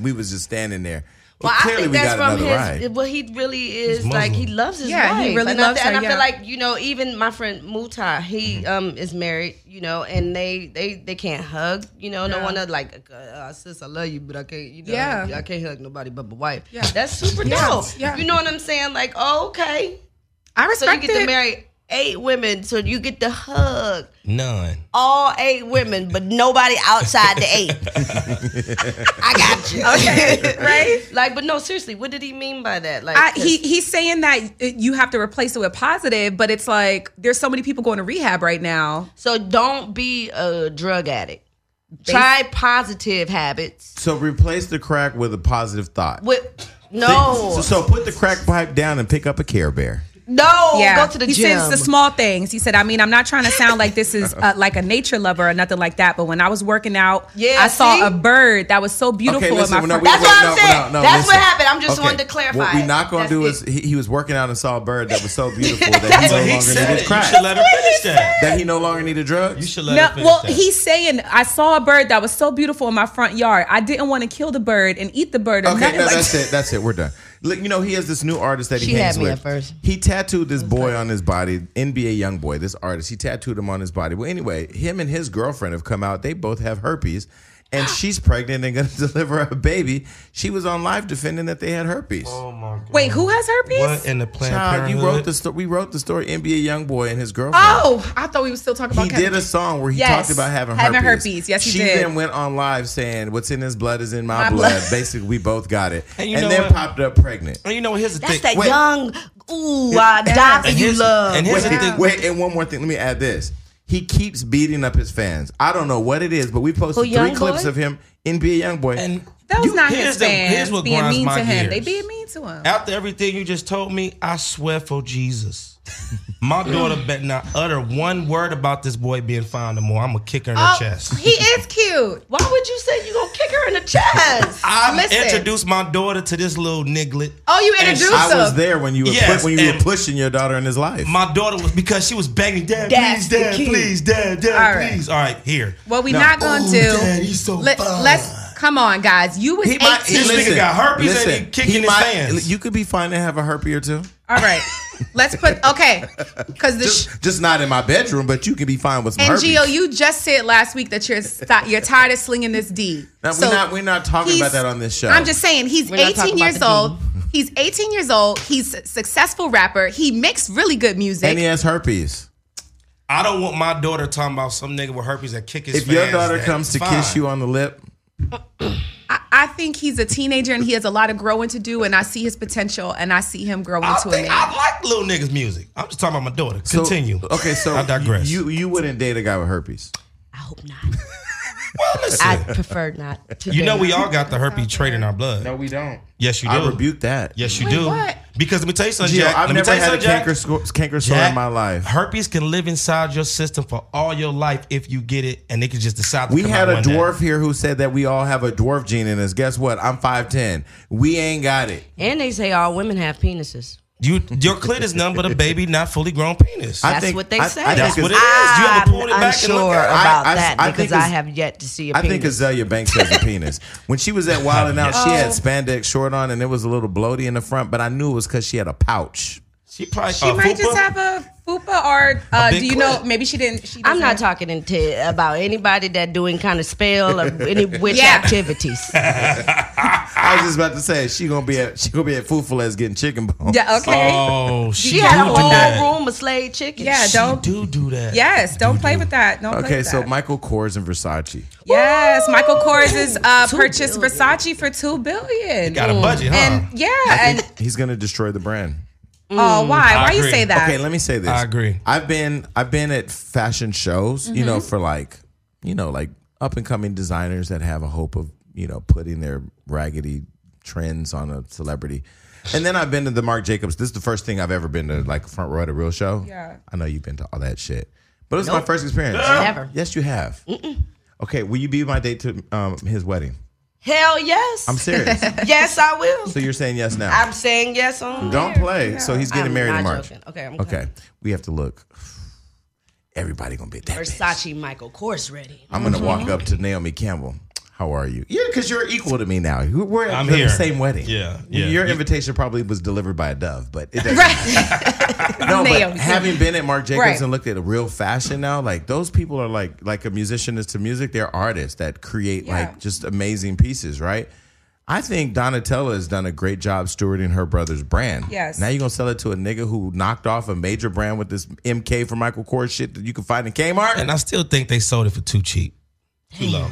we was just standing there. Well,
Well,
clearly
I think
we
that's
got
from
another
his.
ride.
Well, he really is
Muslim.
like he loves his
Yeah,
wife.
he really
and
loves
I,
her,
And I
yeah.
feel like you know, even my friend Muta, he
Mm-hmm.
um is married, you know, and they they they can't hug, you know, no
Yeah.
one other, like uh, uh, sis, I love you, but I can't, you know,
Yeah.
I can't hug nobody but my wife.
Yeah.
that's super
Yeah,
dope.
yeah.
You know what I'm saying? Like, okay,
I
so you
respect
get to
it.
marry eight women, so you get to hug
None.
all eight women, but nobody outside the eight. I got you. Okay.
right?
Like, but no, seriously, what did he mean by that? Like,
I,
'cause-
he he's saying that uh, you have to replace it with positive, but it's like there's so many people going to rehab right now.
so don't be a drug addict. Try positive habits.
So replace the crack with a positive thought.
With
Think-
no,
So, so put the crack pipe down and pick up a Care Bear.
no,
Yeah,
Oh, go to the
he
gym.
says the small things. He said, "I mean, I'm not trying to sound like this is uh, like a nature lover or nothing like that, but when I was working out,
Yeah,
I saw
see?
a bird that was so beautiful in my
no,
front.
we-
That's what I'm saying. That's
listen.
what happened. I'm just wanted to clarify
What we
it.
not gonna
That's
do
it.
is he, he was working out and saw a bird that was so beautiful that he no
But
longer
he said
needed
it. You
crack.
should let her finish that.
That he no longer needed drugs.
You should let her
No,
finish
well,
that.
he's saying I saw a bird that was so beautiful in my front yard. I didn't want to kill the bird and eat the bird. Or
Okay,
nothing
no,
like
that's
that.
it. That's it. We're done. Look, you know, he has this new artist that he
She had
hangs
me
with.
at first.
He tattooed this boy on his body, NBA young boy, this artist. He tattooed him on his body. Well, anyway, him and his girlfriend have come out. They both have herpes, and she's pregnant and going to deliver a baby. She was on live defending that they had herpes.
oh my God.
Wait, who has herpes?
What in the Planned
Child, you
Parenthood?
wrote the sto- we wrote the story NBA young boy and his girlfriend.
Oh, I thought we were still talking
He
about. Kevin
did a song where he
Yes,
talked about having,
having
herpes.
herpes. Yes, he
she
did.
then went on live saying, "What's in his blood is in my,
My
blood.
blood.
Basically, we both got it,
And
and,
you know
then
what?
popped up pregnant.
And Oh, you know, here's the
That's
thing.
that
Wait.
young. Ooh, I die for
And
you,
here's-
love.
and here's
Wait,
the thing.
wait, and one more thing. Let me add this. He keeps beating up his fans. I don't know what it is, but we posted
Who,
three
Young
clips
Boy?
of him in Be a Young Boy.
And
That was
you-
not
here's
his
the-
fans
here's what
being
grinds
mean
my
to him. They
gears.
being mean to him.
After everything you just told me, I swear for Jesus. My daughter better not utter one word about this boy being fine no more. I'm gonna kick her in the chest.
he is cute.
Why would you say you gonna kick her in the chest?
I
listen.
introduced my daughter to this little nigglet.
Oh, you
And
introduced
I
him.
was there when you were
Yes,
pu- when you were
and-
pushing your daughter in his life.
My daughter was because she was begging, Dad, please,
That's the
Dad,
key.
please, Dad,
All
Dad,
right.
please. All right, here.
What we
No. Oh,
not going to do?
Dad, he's so
let,
fine.
us come on, guys. You was
he
eighteen.
might,
This nigga
listen,
got herpes and he kicking his
might-
fans.
You could be fine to have a herpes or two.
All right, let's put okay because the. sh-
Just, just not in my bedroom, but you could be fine with some
and
herpes.
Gio, you just said last week that you're st- you're tired of slinging this D.
Now,
So-
we're not we're not talking about
He's-
that on this show.
I'm just saying he's
We're not
18
talking about
years
the
old. He's 18 years old. He's a successful rapper. He makes really good music.
and he has herpes.
I don't want my daughter talking about some nigga with herpes that kick his
If your
fans,
daughter
Dad,
comes to
fine.
kiss you on the lip,
I, I think he's a teenager and he has a lot of growing to do. And I see his potential and I see him growing
I
into a
think
man.
I like little niggas music. I'm just talking about my daughter.
so-
Continue.
Okay, so
I digress.
You you wouldn't date a guy with herpes.
I hope not.
well, listen,
I prefer not. To
you know
date.
we all got the herpes trait in our blood.
we don't.
Yes, you do.
I rebuke that.
Yes, you
Wait,
do.
what?
Because let me tell you something,
Gio,
Jack.
I've
let me
never
tell you
had a
something, Jack.
canker sco- canker sore
Jack,
in my life.
Herpes can live inside your system for all your life if you get it, and it can just decide. To
We
come
had
out
a
one day.
dwarf here who said that we all have a dwarf gene in us. Guess what? I'm 5'10. We ain't got it.
And they say all women have penises.
You your clit is nothing but a baby, not fully grown penis.
I
That's
think-
what they
I- I
say.
think
That's
it's-
what it is. You haven't pulled it
I'm
back and
sure
looked at it.
about
I- I-
that
I think
because I
it's-
have yet to see a
I
penis.
think Azalea Banks has a penis. When she was at Wild and Out, she
Oh.
had spandex short on and it was a little bloaty in the front, but I knew it was because she had a pouch.
She probably
She might just have a fupa or uh,
big
do you know?
clit.
Maybe she didn't. She
I'm not
doesn't-
talking into, about anybody that doing kind of spell or any witch
Yeah.
activities.
I was just about to say she gonna be at she gonna be at Fufulas getting chicken bones.
Yeah. Okay.
Oh, she,
She had a
do do that.
whole room of slayed chickens.
yeah.
She
Don't.
do do that.
Yes. Don't play with that. Don't. play
Okay,
with
so
that.
Michael Kors and Versace.
Yes, Michael Kors has uh,
Two
purchased
billion.
Versace for two billion.
Got a budget, huh?
Mm. and yeah,
I
and
think he's gonna destroy the brand.
oh, why?
Mm. I
Why you
agree.
say that?
Okay, let me say this.
I agree.
I've been I've been at fashion shows, you
Mm-hmm.
know, for like, you know, like up and coming designers that have a hope of, you know, putting their raggedy trends on a celebrity. And then I've been to the Marc Jacobs. This is the first thing I've ever been to, like front row at a real show.
Yeah.
I know you've been to all that shit, but it was my first experience.
Never.
Yes, you have. Okay, will you be my date to um, his wedding?
Hell yes.
I'm serious.
yes, I will.
so you're saying yes now?
I'm saying yes on.
Don't play. So he's getting
I'm
married
not
in March.
joking. Okay, I'm
Okay, we have to look. Everybody gonna be at that. bitch.
Versace Michael Kors ready.
I'm gonna walk
Mm-hmm.
up to Naomi Campbell. How are you? Yeah, because you're equal to me now. You- We're at
I'm
the
here.
same wedding.
Yeah, yeah.
Your
You-
invitation probably was delivered by a dove, but it doesn't.
Right.
No, but
Naomi.
having been at Marc Jacobs
Right.
and looked at a real fashion now, like those people are like like a musician is to music. They're artists that create
Yeah.
like just amazing pieces, right? I think Donatella has done a great job stewarding her brother's brand.
Yes.
Now you're gonna sell it to a nigga who knocked off a major brand with this MK for Michael Kors shit that you can find in Kmart.
And I still think they sold it for too cheap, too low.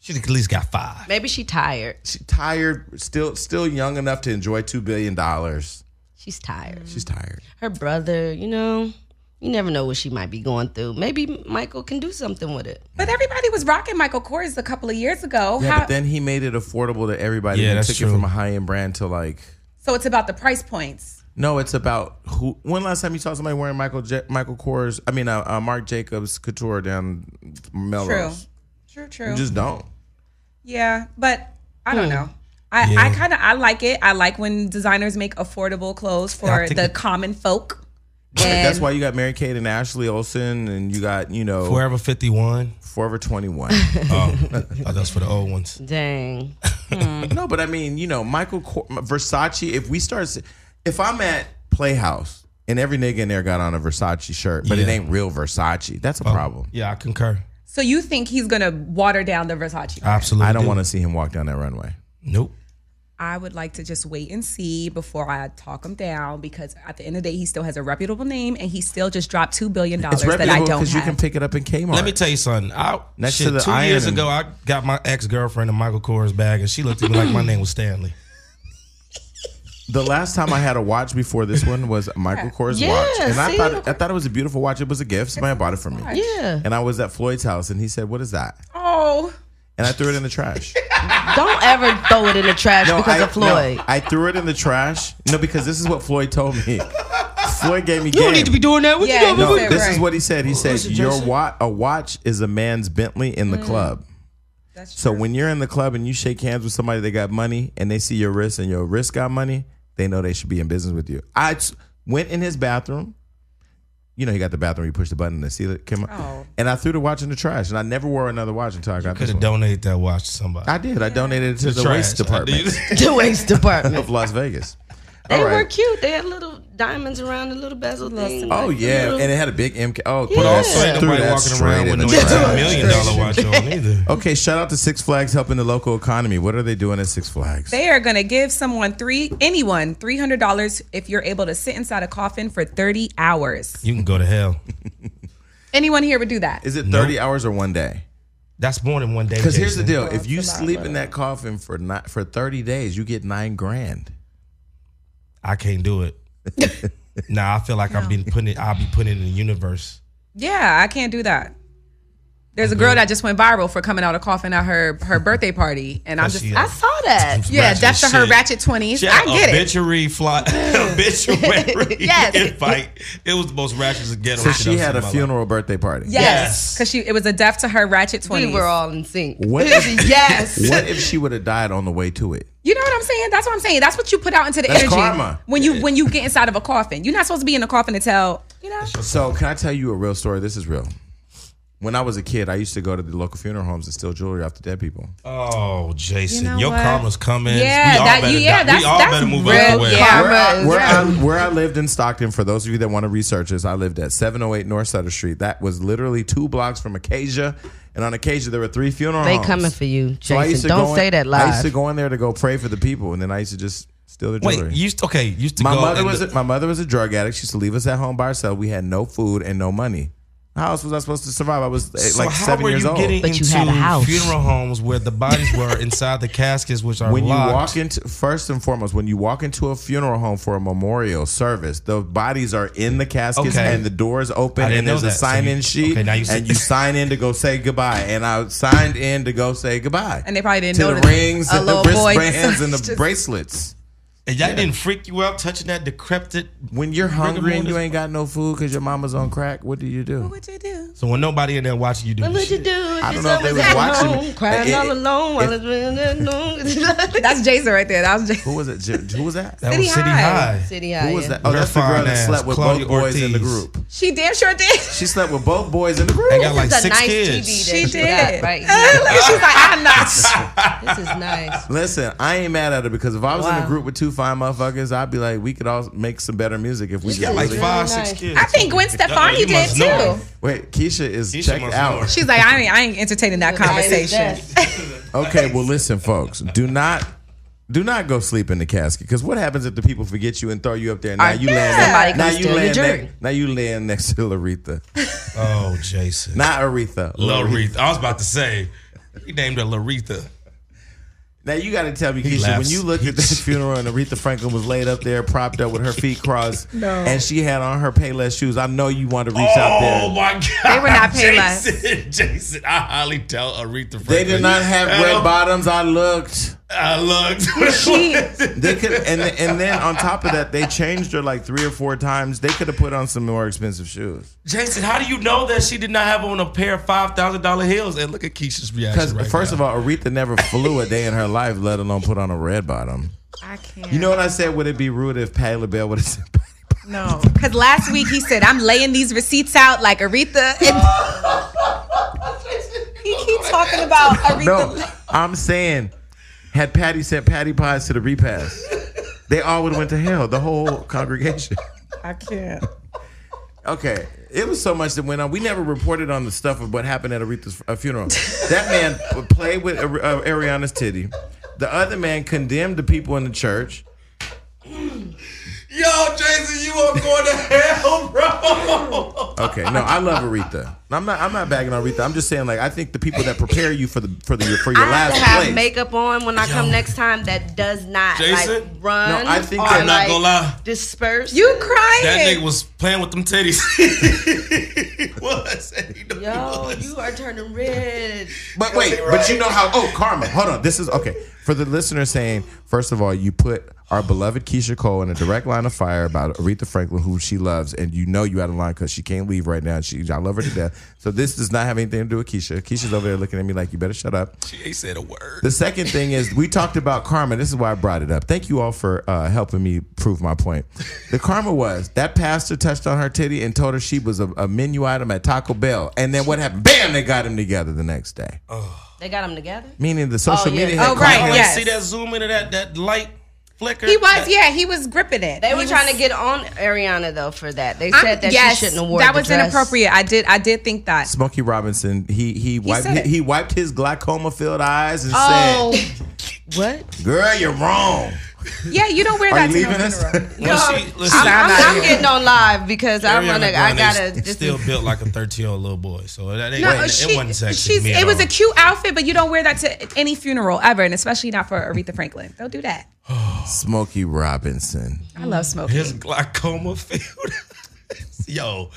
She at least got five.
Maybe she tired.
She's tired, still still young enough to enjoy two billion dollars.
She's tired.
She's tired.
Her brother, you know, you never know what she might be going through. Maybe Michael can do something with it.
but everybody was rocking Michael Kors a couple of years ago.
Yeah,
How-
but then he made it affordable to everybody.
Yeah,
he
that's
took it
true.
from a high end brand to like
so it's about the price points.
No, it's about who. When last time you saw somebody wearing Michael Ja Michael Kors? I mean, uh, uh, Mark Jacobs couture down
True.
Melrose.
True. True.
You just don't.
yeah, but I don't know. I,
Yeah.
I kind of I like it. I like when designers make affordable clothes for
I think
the
it-
common folk.
Like,
And
that's why you got Mary Kate and Ashley Olsen, and you got you know
Forever 51.
Forever Twenty One.
Oh, oh, that's for the old ones.
Dang.
no, but I mean, you know, Michael Kor- Versace. If we start, s- if I'm at Playhouse and every nigga in there got on a Versace shirt, but it
Yeah. Oh.
ain't real Versace, that's a problem.
Yeah, I concur.
so you think he's gonna water down the Versace?
Absolutely.
I don't want to see him walk down that runway.
Nope.
I would like to just wait and see before I talk him down because at the end of the day, he still has a reputable name and he still just dropped two billion dollars
It's
that I
reputable
don't
because
have.
you can pick it up in Kmart.
Let me tell you something. I
Next
shit,
to the
two years
iron.
ago, I got my ex girlfriend a Michael Kors bag, and she looked at me like my name was Stanley.
The last time I had a watch before this one was a Michael Kors
Yeah,
watch, and I
see?
thought I thought it was a beautiful watch. It was a gift. Somebody bought it for me,
Yeah.
and I was at Floyd's house, and he said, "What is that?"
oh,
And I threw it in the trash.
Don't ever throw it in the trash because
I,
of Floyd.
no, I threw it in the trash. No, because this is what Floyd told me. Floyd gave me. You
doing that. What
you Yeah, doing?
No,
Is it
this is
right?
what he said. He said,
listen,
"Your
Jason.
watch, a watch, is a man's Bentley in the club."
that's
So when you're in the club and you shake hands with somebody that got money and they see your wrist and your wrist got money, they know they should be in business with you. I s- went in his bathroom. You know, he got the bathroom. You push the button and the seal it came up.
Oh.
And I threw the watch in the trash. And I never wore another watch until I got
Could
this
have
one.
donated that watch to somebody.
I did. I donated it to the,
Trash.
waste department
The waste department.
of Las Vegas.
they
All right.
were cute. They had little diamonds around the little bezel thing.
Oh
like the
yeah,
little-
and it had a big MK. Oh,
But
But
yeah.
also, ain't
Threw
nobody
that
walking
straight
around with
in
no
the trash.
million dollar watch on either.
Okay, shout out to Six Flags helping the local economy. What are they doing at Six Flags?
they are gonna give someone three anyone three hundred dollars if you're able to sit inside a coffin for thirty hours.
You can go to hell.
Anyone here would do that?
Is it thirty hours or one day?
That's more than one day.
Because here's the
Jason.
deal: if you sleep in that coffin for not for thirty days, you get nine grand.
I can't do it. nah, I feel like I've been putting it. I'll be putting it in the universe.
yeah, I can't do that. There's
Mm-hmm.
a girl that just went viral for coming out of coffin at her her birthday party, and I'm just
she-
I saw that.
yeah,
ratchet
that's to her
shit.
ratchet twenties.
She
I
had
get it.
obituary fly, obituary
Yes.
invite. It was the most ratchet ghetto.
So
shit
she
I've
had
seen
a
in my
funeral birthday party.
Yes,
Yes.
because she it was a death to her ratchet
We
twenties.
were all in sync.
What if,
yes.
what if she would have died on the way to it?
You know what I'm saying? That's what I'm saying. That's what you put out into the
That's
energy
karma.
when you when you get inside of a coffin. You're not supposed to be in a coffin to tell. You know.
So can I tell you a real story? This is real. When I was a kid, I used to go to the local funeral homes and steal jewelry off the dead people.
Oh, Jason,
You know
your
what?
karma's coming.
Yeah,
we all
that-
better,
yeah,
die.
that's-
we all
that's
better move
real
out the way.
karma.
Where I,
is
where, I,
real.
where I lived in Stockton, for those of you that want to research this, I lived at 708 North Sutter Street. That was literally two blocks from Acacia, and on Acacia there were three funeral
They
homes.
coming for you, Jason.
So I used to
Don't
go in-
say that
I used to
live.
go in there to go pray for the people, and then I used to just steal their
Wait,
jewelry.
you used to, okay? You used to
my
go.
mother
and
was
the-
a, my mother was a drug addict. She used to leave us at home by herself. We had no food and no money. How else was I supposed to survive? I was eh,
so
like
how
seven
were
years
you
old.
getting
But
into
you had a house.
funeral homes where the bodies were inside the caskets, which are
when you
locked?
walk into first and foremost when you walk into a funeral home for a memorial service the bodies are in the caskets
Okay.
and the doors open
I didn't
and there's
know
a
that. So you-
sign-in sheet
okay, now you said-
and you sign in to go say goodbye and i signed in to go say goodbye
And they probably didn't
to
know
the
that
rings
a
and the
little boy
wristbands and the
just-
bracelets
and that didn't freak you out touching that decrepit.
when you're hungry and you
mortis-
ain't got no food because your mama's on crack what do you do
What you do?
So when nobody in there watching you do,
What
this
would
shit.
you do?
I don't know if they was watching me.
Home, crying
It-
all alone while
it-
it's been that long.
That's Jason right there. That was Jason.
who was it J- who was that
That
City
was City
High.
High.
City
who
High.
was
yeah.
that oh that's the
Her
girl
fine
that
ass,
slept with
Claudia
both boys in the
Ortiz.
group
She damn sure did.
she slept with both boys in the group
They got like
This is a
six
nice
kids.
TV
She
that you got
did.
right
Look, She's
here.
like, I'm not.
This is nice.
Listen, I ain't mad at her because if I was in a
Wow.
group with two fine motherfuckers, I'd be like, we could all make some better music if we
You
just
got like
really-
five,
really
six
nice.
kids.
I think Gwen Stefani
you
did
must
too.
know.
Wait, Keisha is
Keisha
checked
must
out.
know.
She's like, I ain't, I ain't entertaining that conversation.
That's-
Okay, well listen, folks, do not. Do not go sleep in the casket because what happens if the people forget you and throw you up there? And now
Or
you
somebody
land.
come
Now
steal
you
your
land.
jewelry.
Next, now you land next to Aretha,
Oh, Jason.
not Aretha.
Laretha. I was about to say, he named her Laretha.
Now you got to tell me, Keisha,
laughs.
when you looked at this funeral and Aretha Franklin was laid up there, propped up with her feet crossed, and she had on her Payless shoes. I know you want to reach out there.
Oh my God! They
were not paid less.
Jason, Jason, I highly doubt Aretha. Franklin.
They did not have
I
red
don't-
bottoms. I looked.
I looked.
They could, and and then on top of that, they changed her like three or four times. They could have put on some more expensive shoes.
Jason, how do you know that she did not have on a pair of five thousand dollar heels? And look at Keisha's
Because
reaction. Right
first
now.
of all, Aretha never flew a day in her life, let alone put on a red bottom.
I can't.
You know what I said? Would it be rude if Patti LaBelle would have said? Patti Bell?
No. Because last week he said, I'm laying these receipts out like Aretha. And he keeps talking about Aretha.
No, I'm saying, had Patty sent patty pies to the repast, they all would have went to hell. The whole congregation.
I can't.
Okay, it was so much that went on. We never reported on the stuff of what happened at Aretha's uh, funeral. That man p- played with Ari- uh, Ariana's titty. The other man condemned the people in the church.
yo, Jason, you are going to hell, bro.
Okay, no, I love Aretha. I'm not. I'm not bagging on Aretha. I'm just saying, like, I think the people that prepare you for the for the for your
I have
last
to have
place.
makeup on when I come next time that does not like
Jason?
run.
No, I think
or,
I'm
not
like,
gonna lie.
Disperse.
You crying.
That nigga was playing with them titties. he was. He knew he
Yo,
was.
you are turning red.
But wait, but you know how? Oh, karma. Hold on. This is okay for the listener saying. First of all, you put our beloved Keisha Cole in a direct line of fire about Aretha Franklin, who she loves, and you know you out of line because she can't leave right now. She, I love her to death. So this does not have anything to do with Keisha. Keisha's over there looking at me like you better shut up.
She ain't said a word.
The second thing is we talked about karma. This is why I brought it up. Thank you all for uh, helping me prove my point. The karma was that pastor touched on her titty and told her she was a, a menu item at Taco Bell, and then what happened? Bam! They got them together the next day.
They got them together.
Meaning the social
Oh, yeah.
media. had
Oh,
caught
right,
her.
Like,
yes.
See that zoom into that that light flicker.
He was,
That-
yeah, he was gripping it.
They were
He
trying
was-
to get on Ariana though for that. They said
I'm-
that
yes,
she shouldn't have worn
That
the
was
dress.
inappropriate. I did, I did think that.
Smokey Robinson, he he wiped
said
he,
it.
he wiped his glaucoma filled eyes and
Oh,
What?
said, "Girl, you're wrong."
yeah, you don't wear
Are
that
you
to no
leaving us?
funeral.
When she- listen,
I'm,
not
I'm
here.
getting on live because I
Ariana
want to. I
Grande
gotta.
s-
This
still
is,
built like a thirteen year old little boy, so that ain't,
No,
it,
she,
wasn't sexy. to
she's,
me
it
at
was
all.
a cute outfit, but you don't wear that to any funeral ever, and especially not for Aretha Franklin. Don't do that.
Smokey Robinson.
I love smoking.
His glaucoma field. Yo,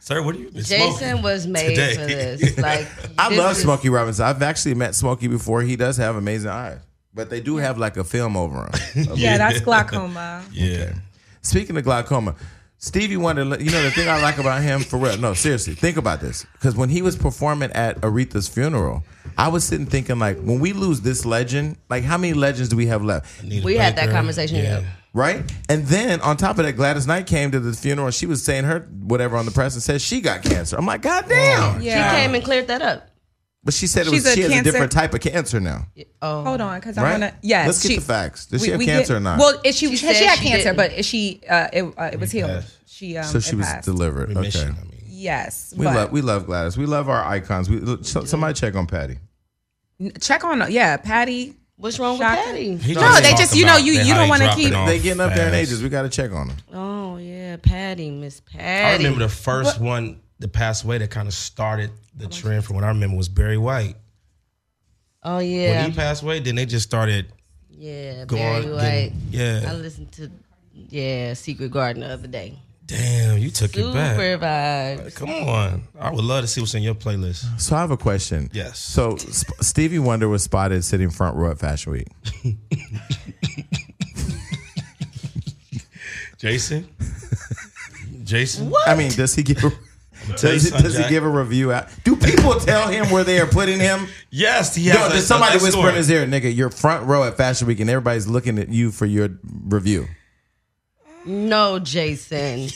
sir, what are you been
Jason
smoking
was made
today?
for this. Like
I
this
love
is-
Smokey Robinson. I've actually met Smokey before. He does have amazing eyes, but they do have like a film over him.
yeah, that's glaucoma.
yeah.
Speaking of glaucoma, Stevie Wonder, you know, the thing I like about him, for real, no, seriously, think about this. Because when he was performing at Aretha's funeral, I was sitting thinking, like, when we lose this legend, like, how many legends do we have left?
Anita
We had that
Baker.
conversation, yeah.
Right? And then on top of that, Gladys Knight came to the funeral and she was saying her whatever on the press and said she got cancer. I'm like, God damn.
Yeah.
She came and cleared that up.
But she said it
She's
was,
a
she has a
cancer-
different type of cancer now.
Oh,
Hold on, because I
Right?
want to. Yes,
Let's get the facts. Does she have
get-
cancer or not?
Well, if she she,
She said
had
she
cancer,
didn't.
but if she uh, it uh, it was healed.
passed.
She um,
so she
it
was
passed.
delivered.
Remission,
Okay.
I mean.
yes,
We
but
love we love Gladys. We love our icons. We so, somebody check on Patty.
check on yeah, Patty.
what's wrong
Shocker.
with Patty?
He
No,
just
they
talked
just- you know,
about
you-
that,
you
how
don't
they
wanna
dropping
keep-
off
They getting up there in
Oh, fast.
ages. We got to check on them.
Oh yeah, Patty, Miss Patty.
I remember the first one that passed away that kind of started the trend from what I remember was Barry White.
Oh
When
yeah,
he passed away, then they just started
yeah,
going.
Barry White.
getting- yeah.
I listened to yeah Secret Garden the other day.
Damn, you took it back.
Super vibes.
Come on. I would love to see what's in your playlist.
So I have a question.
Yes.
So Sp- Stevie Wonder was spotted sitting front row at Fashion Week.
Jason? Jason?
I mean, does he give?
Tell you
Does,
something,
does he
Jack.
give a review out? Do people tell him where they are putting him?
Yes, he has.
No,
a-
does somebody
a
whisper
story.
in his ear, nigga, you're front row at Fashion Week and everybody's looking at you for your review.
No, Jason.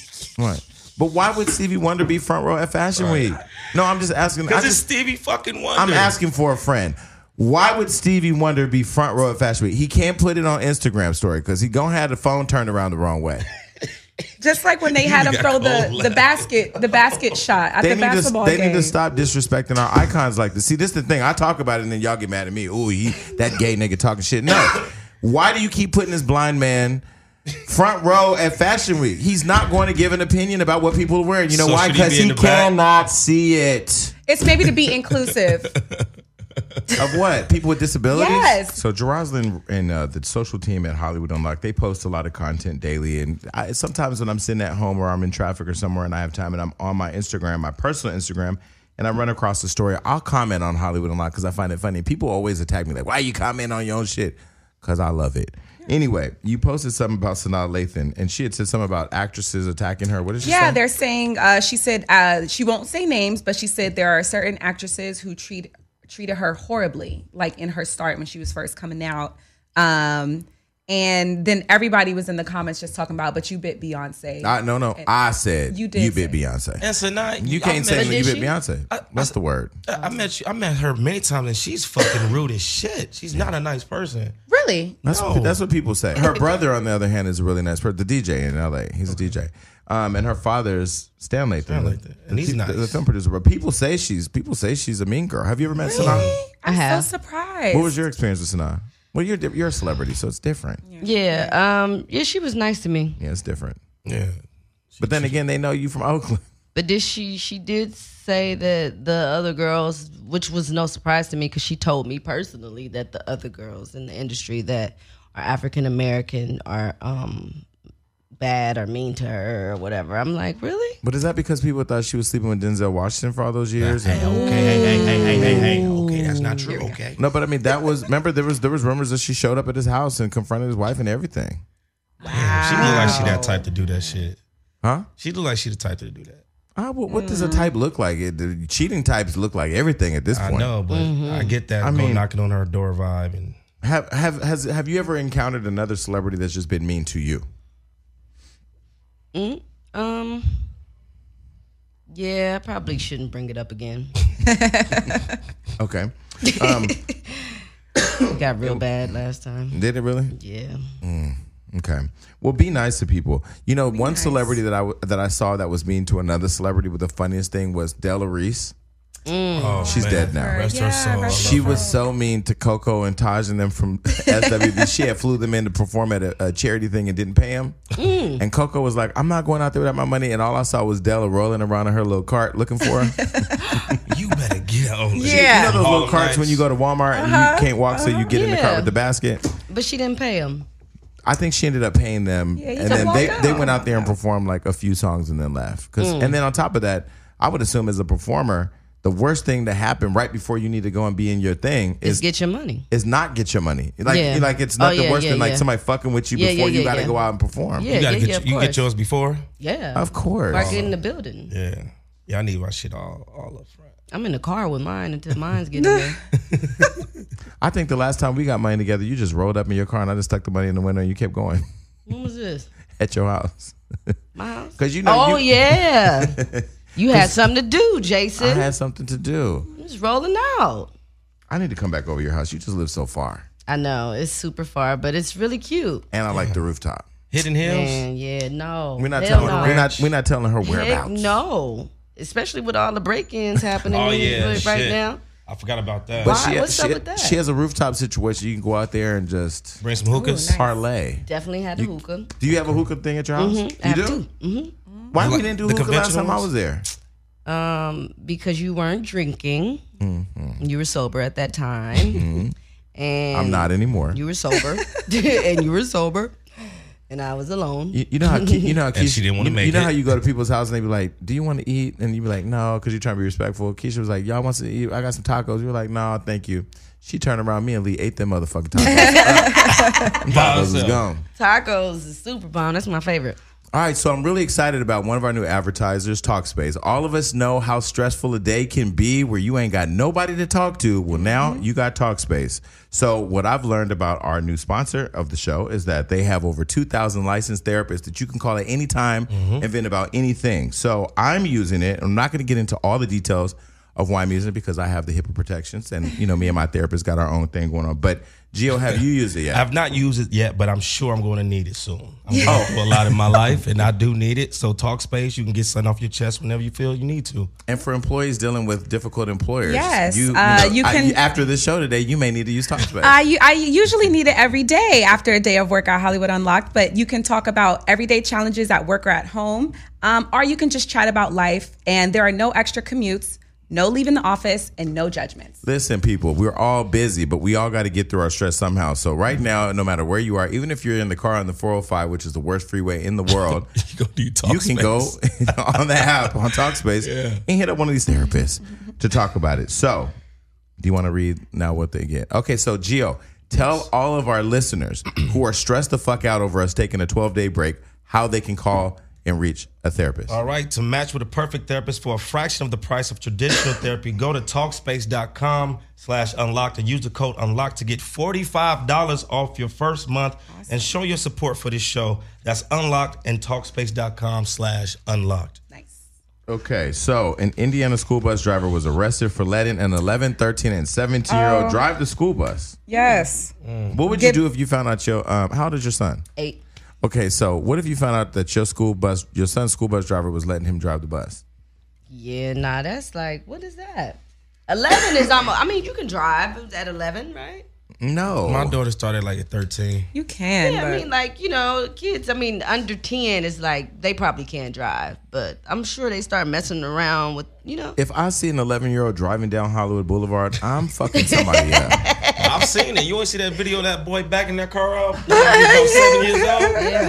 Right. But why would Stevie Wonder be front row at Fashion Week? No, I'm just asking. I
Because it's
just,
Stevie fucking Wonder.
I'm asking for a friend. Why would Stevie Wonder be front row at Fashion Week? He can't put it on Instagram story because he gonna have the phone turned around the wrong way.
Just like when they had him
got
throw the,
cold
the
laugh.
basket the basket shot at
They
the
need to
basketball
they
game.
need to stop disrespecting our icons like this. See, this is the thing. I talk about it and then y'all get mad at me. Ooh, he, that gay nigga talking shit. No. Why do you keep putting this blind man front row at Fashion Week? He's not going to give an opinion about what people are wearing. You know
So
why?
should he
Because
be in
he,
the back?
cannot see it.
It's maybe to be inclusive.
Of what? People with disabilities?
Yes.
So Geraldine and uh, the social team at Hollywood Unlocked, they post a lot of content daily. And I, sometimes when I'm sitting at home or I'm in traffic or somewhere and I have time and I'm on my Instagram, my personal Instagram, and I run across the story, I'll comment on Hollywood Unlocked because I find it funny. People always attack me like, why you comment on your own shit? Because I love it. Anyway, you posted something about Sanaa Lathan, and she had said something about actresses attacking her. What did she say?
Yeah, they're saying uh, she said uh, she won't say names, but she said there are certain actresses who treat treated her horribly, like in her start when she was first coming out. Um, and then everybody was in the comments just talking about, but you bit Beyonce.
I, no, no. I said
Uh, You did
you bit
say-
Beyonce.
And so now
You can't say
I
when you
met,
bit
she?
Beyonce.
Uh,
What's the word?
I, I met you. I met her many times, and she's fucking rude as shit. She's not a nice person.
really?
That's
No.
what, that's what people say. Her brother, on the other hand, is a really nice person. The DJ in LA, he's a DJ, um, and her father's Stan Lathan,
Lathan. And he's
the,
nice.
the, film producer. But people say she's people say she's a mean girl. Have you ever met Sanaa?
I'm
have.
so surprised.
What was your experience with Sanaa? Well, you're di- you're a celebrity, so it's different. Yeah,
Yeah, um, yeah, she was nice to me,
it's different.
Yeah.
But then again, they know you from Oakland.
but did she? She did say that the other girls, which was no surprise to me, because she told me personally that the other girls in the industry that are African American are um bad or mean to her or whatever. I'm like, really?
But is that because people thought she was sleeping with Denzel Washington for all those years?
Hey, okay, hey, hey, hey, hey, hey, hey. Okay, that's not true. Okay.
No, but I mean that was. Remember, there was there was rumors that she showed up at his house and confronted his wife and everything.
Damn, she look like she that type to do that shit.
Huh?
She look like she the type to do that.
Ah, well, what does a type look like? It, the cheating types look like everything at this
I
point.
know, but
Mm-hmm.
I get that. I go
mean-
knocking on her door vibe and
Have have has have you ever encountered another celebrity that's just been mean to you?
Um, yeah, I probably shouldn't bring it up again.
Okay,
It got real bad last time.
did it really?
Yeah.
Okay. Well, be nice to people. You know, one celebrity that I w- that I saw that was mean to another celebrity, but the funniest thing was Della Reese.
Mm.
oh,
She's
man.
dead now.
Rest her
Yeah,
soul.
rest
I love
She
her.
was so mean to Coco and Taj and them from SWB. she had flew them in to perform at a, a charity thing and didn't pay them. And Coco was like, "I'm not going out there without my money." And all I saw was Della rolling around in her little cart looking for her.
You better get on. it.
You
Yeah.
know those
All
little carts
nights.
when you go to Walmart and you can't walk, so you get in the cart
Uh-huh. Yeah.
with the basket.
But she didn't pay him.
I think she ended up paying them,
you
and
can
then
walk
they,
out.
they went
Mm.
out there and performed like a few songs and then left. 'Cause- and then on top of that, I would assume as a performer The worst thing to happen right before you need to go and be in your thing
Just
is
get your money.
is not get your money. Like
Yeah.
like it's not
Oh,
the
yeah,
worst
yeah,
than like
yeah.
somebody fucking with you
Yeah,
before
yeah,
you
yeah,
got to
yeah.
go out and perform.
Yeah,
You gotta get
yeah, yeah,
your-
of
you get
course.
yours before.
Yeah.
Of course.
Or get in the building.
Yeah, yeah. I need my shit all all up front.
I'm in the car with mine until mine's getting there.
I think the last time we got money together, you just rolled up in your car and I just stuck the money in the window and you kept going
When was this?
at your house.
My house?
Because you know
Oh,
you,
yeah. you had something to do,
I
Jason.
had something to do.
Just rolling out.
I need to come back over to your house. You just live so far.
I know it's super far, but it's really cute.
And I like the rooftop.
Hidden
Mm.
Hills.
Man, yeah, no.
We're not
Hell
telling
no.
her we're not we're not telling her
Heck
whereabouts.
no. Especially with all the break-ins happening
Oh yeah,
right
shit.
now.
I forgot about that.
But
Why?
she,
What's
she,
up with that?
she has a rooftop situation. You can go out there and just
Bring some hookahs.
nice.
parlay.
Definitely had a hookah.
Do you have a hookah thing at your house? You
Mm-hmm. I have
do? Why we
Like
didn't do
the
hookah last
conventional
time I
ones?
was there?
um, because you weren't drinking. You were sober at that time, and
Mm-hmm. I'm not anymore.
You were sober, and you were sober, and I was alone.
You, you know how Ke- you know how Keisha,
she didn't wanna
you,
make
you know
it.
how you go to people's house and they be like, "Do you want to eat?" And you be like, "No," because you're trying to be respectful. Keisha was like, "Y'all want to eat? I got some tacos." You were like, "No, thank you." She turned around, me and Lee ate them motherfucking tacos.
By
tacos was
herself.
gone.
Tacos is super bomb. That's my favorite.
All right, so I'm really excited about one of our new advertisers, TalkSpace. All of us know how stressful a day can be where you ain't got nobody to talk to. Well, now you got TalkSpace. So, what I've learned about our new sponsor of the show is that they have over 2,000 licensed therapists that you can call at any time and vent about anything. So, I'm using it. I'm not going to get into all the details of why I'm using it because I have the HIPAA protections and, you know, me and my therapist got our own thing going on. But, Gio, have you used it yet?
I've not used it yet, but I'm sure I'm going to need it soon. I'm going through a lot in my life, and I do need it. So, talk space. You can get something off your chest whenever you feel you need to.
And for employees dealing with difficult employers,
Yes,
you,
uh,
know,
you
I-
can-
after this show today, you may need to use TalkSpace.
I, u- I usually need it every day after a day of work at Hollywood Unlocked, but you can talk about everyday challenges at work or at home, um, or you can just chat about life. And there are no extra commutes, no leaving the office, and no judgments.
Listen, people, we're all busy, but we all got to get through our stress somehow. So right now, no matter where you are, even if you're in the car on the 405, which is the worst freeway in the world,
You go do talk
you can go on the app on TalkSpace and hit up one of these therapists to talk about it. So, do you want to read now what they get? Okay, so Gio, tell all of our listeners who are stressed the fuck out over us taking a 12 day break how they can call and reach a therapist.
All right, to match with a perfect therapist for a fraction of the price of traditional therapy, go to talkspace.com slash unlocked and use the code unlocked to get $45 off your first month and show your support for this show. That's unlocked and talkspace.com slash unlocked.
Nice.
Okay, so an Indiana school bus driver was arrested for letting an 11, 13, and 17 year old drive the school bus.
Yes.
What would you
Get-
do if you found out your, um, how old is your son?
Eight.
Okay, so what if you found out that your school bus, your son's school bus driver was letting him drive the bus?
Yeah, nah, that's like what is that? Eleven is almost. I mean, you can drive at eleven, right?
No.
My daughter started like at 13.
You can.
Yeah, I
but-
mean, like you know, kids. I mean, under ten is like they probably can't drive, but I'm sure they start messing around with you know.
if I see an 11 year old driving down Hollywood Boulevard, I'm fucking somebody up.
I've seen it. You always see that video of that boy back in that car up? He was seven years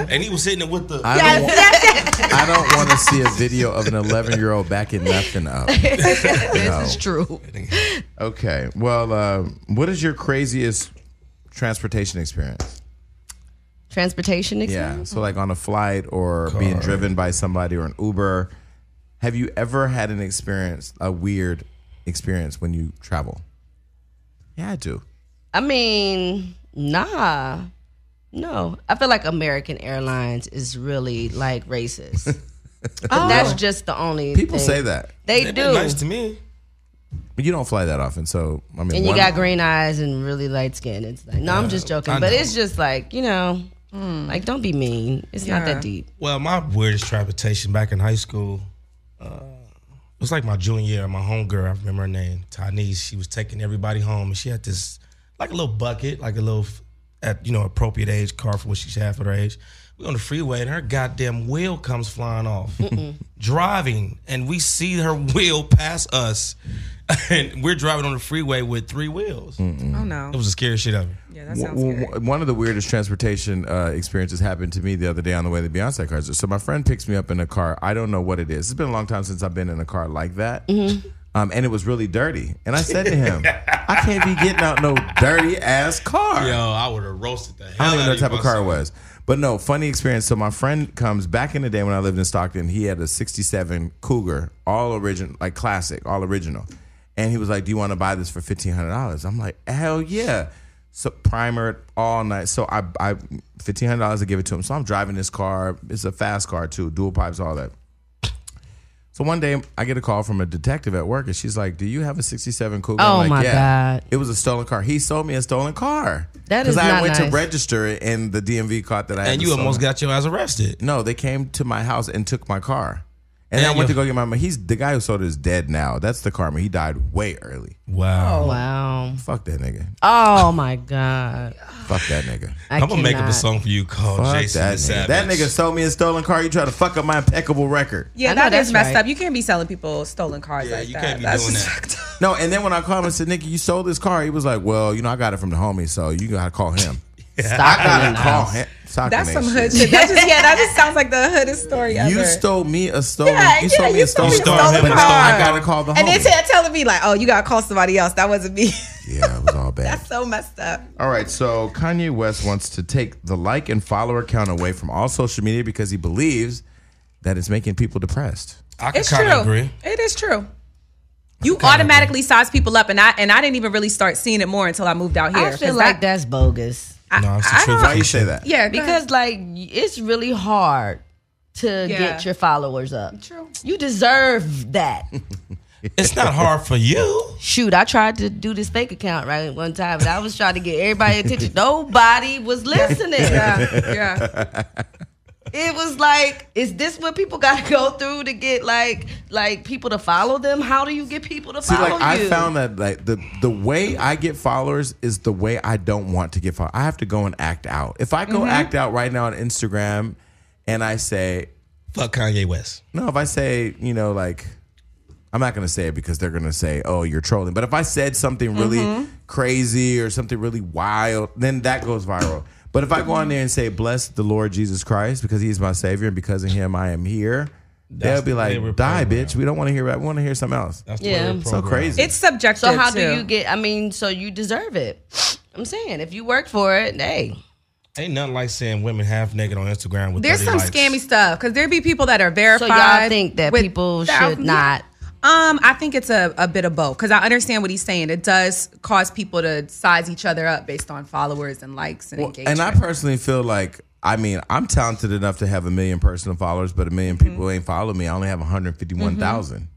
old. And he was hitting it with the.
I don't, I don't want to see a video of an 11 year old backing nothing up.
this is true.
Okay, well, uh, what is your craziest transportation experience?
Transportation. experience?
Yeah. So like on a flight or being driven by somebody or an Uber. Have you ever had an experience, a weird experience when you travel? Yeah, I do.
I mean, nah. No. I feel like American Airlines is really like racist. But that's just the only
People
thing.
say that.
they
They've
do.
been nice to me.
But you don't fly that often. So I mean
and you
one-
got green eyes and really light skin. It's like, no, I'm just joking.
I
But
know.
it's just like, you know, like don't be mean. It's not
Yeah.
that deep.
Well, my weirdest transportation back in high school uh, it was like my junior year. My homegirl, I remember her name, Tanise. She was taking everybody home, and she had this like a little bucket, like a little f- at you know appropriate age car for what she had for her age. We on the freeway, and her goddamn wheel comes flying off, driving, and we see her wheel pass us, and we're driving on the freeway with three wheels.
oh, no.
It was the scariest shit ever.
yeah, that sounds
W-
good.
w- one of the weirdest transportation uh, experiences happened to me the other day on the way to Beyonce concert. So my friend picks me up in a car. I don't know what it is. It's been a long time since I've been in a car like that. Um, and it was really dirty. And I said to him, I can't be getting out no dirty ass car.
Yo, I would have roasted that.
I don't even know what type of car it was. But no, funny experience. So my friend comes back in the day when I lived in Stockton, he had a 67 Cougar, all original, like classic, all original. And he was like, Do you want to buy this for $1,500? I'm like, Hell yeah. So primer all night. So I, I $1,500 to give it to him. So I'm driving this car. It's a fast car too, dual pipes, all that. So one day I get a call from a detective at work and she's like, Do you have a 67 Cougar? I'm
Oh
like,
my
yeah.
God.
It was a stolen car. He sold me a stolen car.
That is
Because I
not
went to
nice.
register it and the DMV caught that I had
And
the
you
stolen
almost got your ass arrested.
no, they came to my house and took my car. And,
And
I went to
your-
go get my money. He's the guy who sold it is dead now. That's the karma. He died way early.
Wow.
Wow.
Fuck that nigga.
Oh my God.
Fuck that nigga.
I
I'm gonna make up a
cannot.
song for you called
Fuck
Jason
that
the
nigga.
Savage.
That nigga sold me a stolen car. You try to fuck up my impeccable record.
Yeah,
I know
that is
that's
messed
right.
up. You can't be selling people stolen cars
Yeah,
like
you
that.
can't be
That's
doing
just
that.
fucked up.
No, and then when I called him and said, Nicky, you sold this car, he was like, Well, you know, I got it from the homie, so you gotta call him.
Stop
I gotta
it.
call him. Stop
That's
that
some hood
shit.
shit. That just yeah, that just sounds like the hoodest story ever.
You stole me a stolen.
Yeah,
you sold
yeah,
me
you
a stolen,
stole
me a stolen
but now
car.
I gotta call the homie.
and then they're telling me like, oh, you gotta call somebody else. That wasn't me.
yeah, it was all bad.
That's so messed up.
All right, so Kanye West wants to take the like and follower count away from all social media because he believes that it's making people depressed.
I can
It's
kind
true.
of agree.
It is true. You automatically size people up, and I and I didn't even really start seeing it more until I moved out here.
I feel
'Cause
like that's bogus.
I-
No, it's the
I
truth.
don't-
Why you say that?
Yeah,
Because like it's really hard to
Yeah.
get your followers up.
True.
You deserve that.
It's not hard for you.
Shoot, I tried to do this fake account right one time, but I was trying to get everybody attention. Nobody was listening.
yeah, yeah.
It was like, is this what people got to go through to get like like people to follow them? How do you get people to
See,
follow
like I
you?
found that like the the way I get followers is the way I don't want to get followers. I have to go and act out. If I go
Mm-hmm.
act out right now on Instagram, and I say
Fuck Kanye West.
no, if I say you know like. I'm not gonna say it because they're gonna say, "Oh, you're trolling." But if I said something really crazy or something really wild, then that goes viral. But if I go on there and say, "Bless the Lord Jesus Christ," because He is my Savior and because of Him I am here, they'll be
the way we're
like, "Die,
programmed.
bitch! We don't want to hear that. We want to hear something else."
That's
Yeah.
the way we're
So
so
programmed.
crazy.
It's subjective.
so how do
too.
you get? I mean, so you deserve it. I'm saying, if you work for it, hey,
Ain't nothing like seeing women half naked on Instagram with
There's
30
some
likes.
scammy stuff because there be people that are verified.
so y'all think that
with
people should
thousands-
not?
Um, I think it's a, a bit of both because I understand what he's saying. It does cause people to size each other up based on followers and likes and
Well, and
engagement.
I personally feel like, I mean, I'm talented enough to have a million personal followers, but a 1000000
Mm-hmm.
people ain't follow me. I only have 151,000.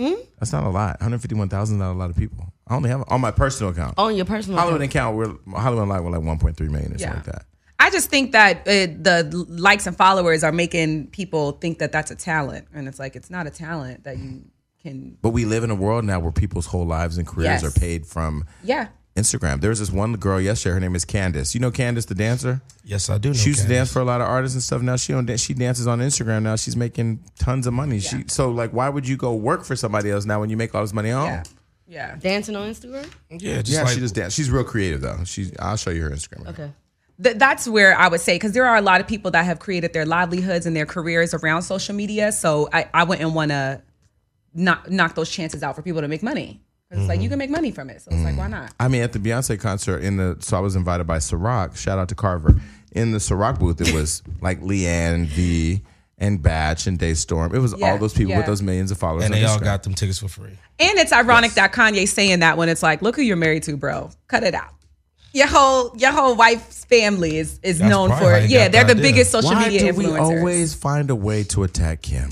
Hmm?
That's not a lot. 151,000 is not a lot of people. I only have on my personal account.
Oh,
On your personal,
Hollywood account, we're Hollywood Live, we're like 1.3 million or something
Yeah.
like that.
I just think that uh the likes and followers are making people think that that's a talent, and it's like it's not a talent that you can.
But we live in a world now where people's whole lives and careers
Yes.
are paid from
Yeah,
Instagram. There was this one girl yesterday. Her name is Candace. You know Candace, the dancer.
Yes, I do know.
She used to
Kanye.
dance for a lot of artists and stuff. Now she don't dance. She dances on Instagram. Now she's making tons of money. She so like, why would you go work for somebody else now when you make all this money at home?
yeah, yeah.
dancing on Instagram.
Yeah, just
Yeah,
like,
she just dances. She's real creative though. She's. I'll show you her Instagram.
Okay,
Th- that's where I would say because there are a lot of people that have created their livelihoods and their careers around social media. So I, I wouldn't want to knock knock those chances out for people to make money. 'Cause It's like you can make money from it, so it's like why not?
I mean, at the Beyonce concert in the so I was invited by Ciroc. Shout out to Carver in the Ciroc booth. It was like Leanne V and Batch and Daystorm. It was
Yeah,
all those people
yeah.
with those millions of followers.
and
on
they all
Instagram.
got them tickets for free.
And it's ironic that Kanye saying that when it's like, look who you're married to, bro. Cut it out. Your whole your whole wife's family is is
That's
known
probably
for
how he
yeah.
got
They're
the
the
idea.
biggest social
Why
media
do we
influencers.
always find a way to attack Kim?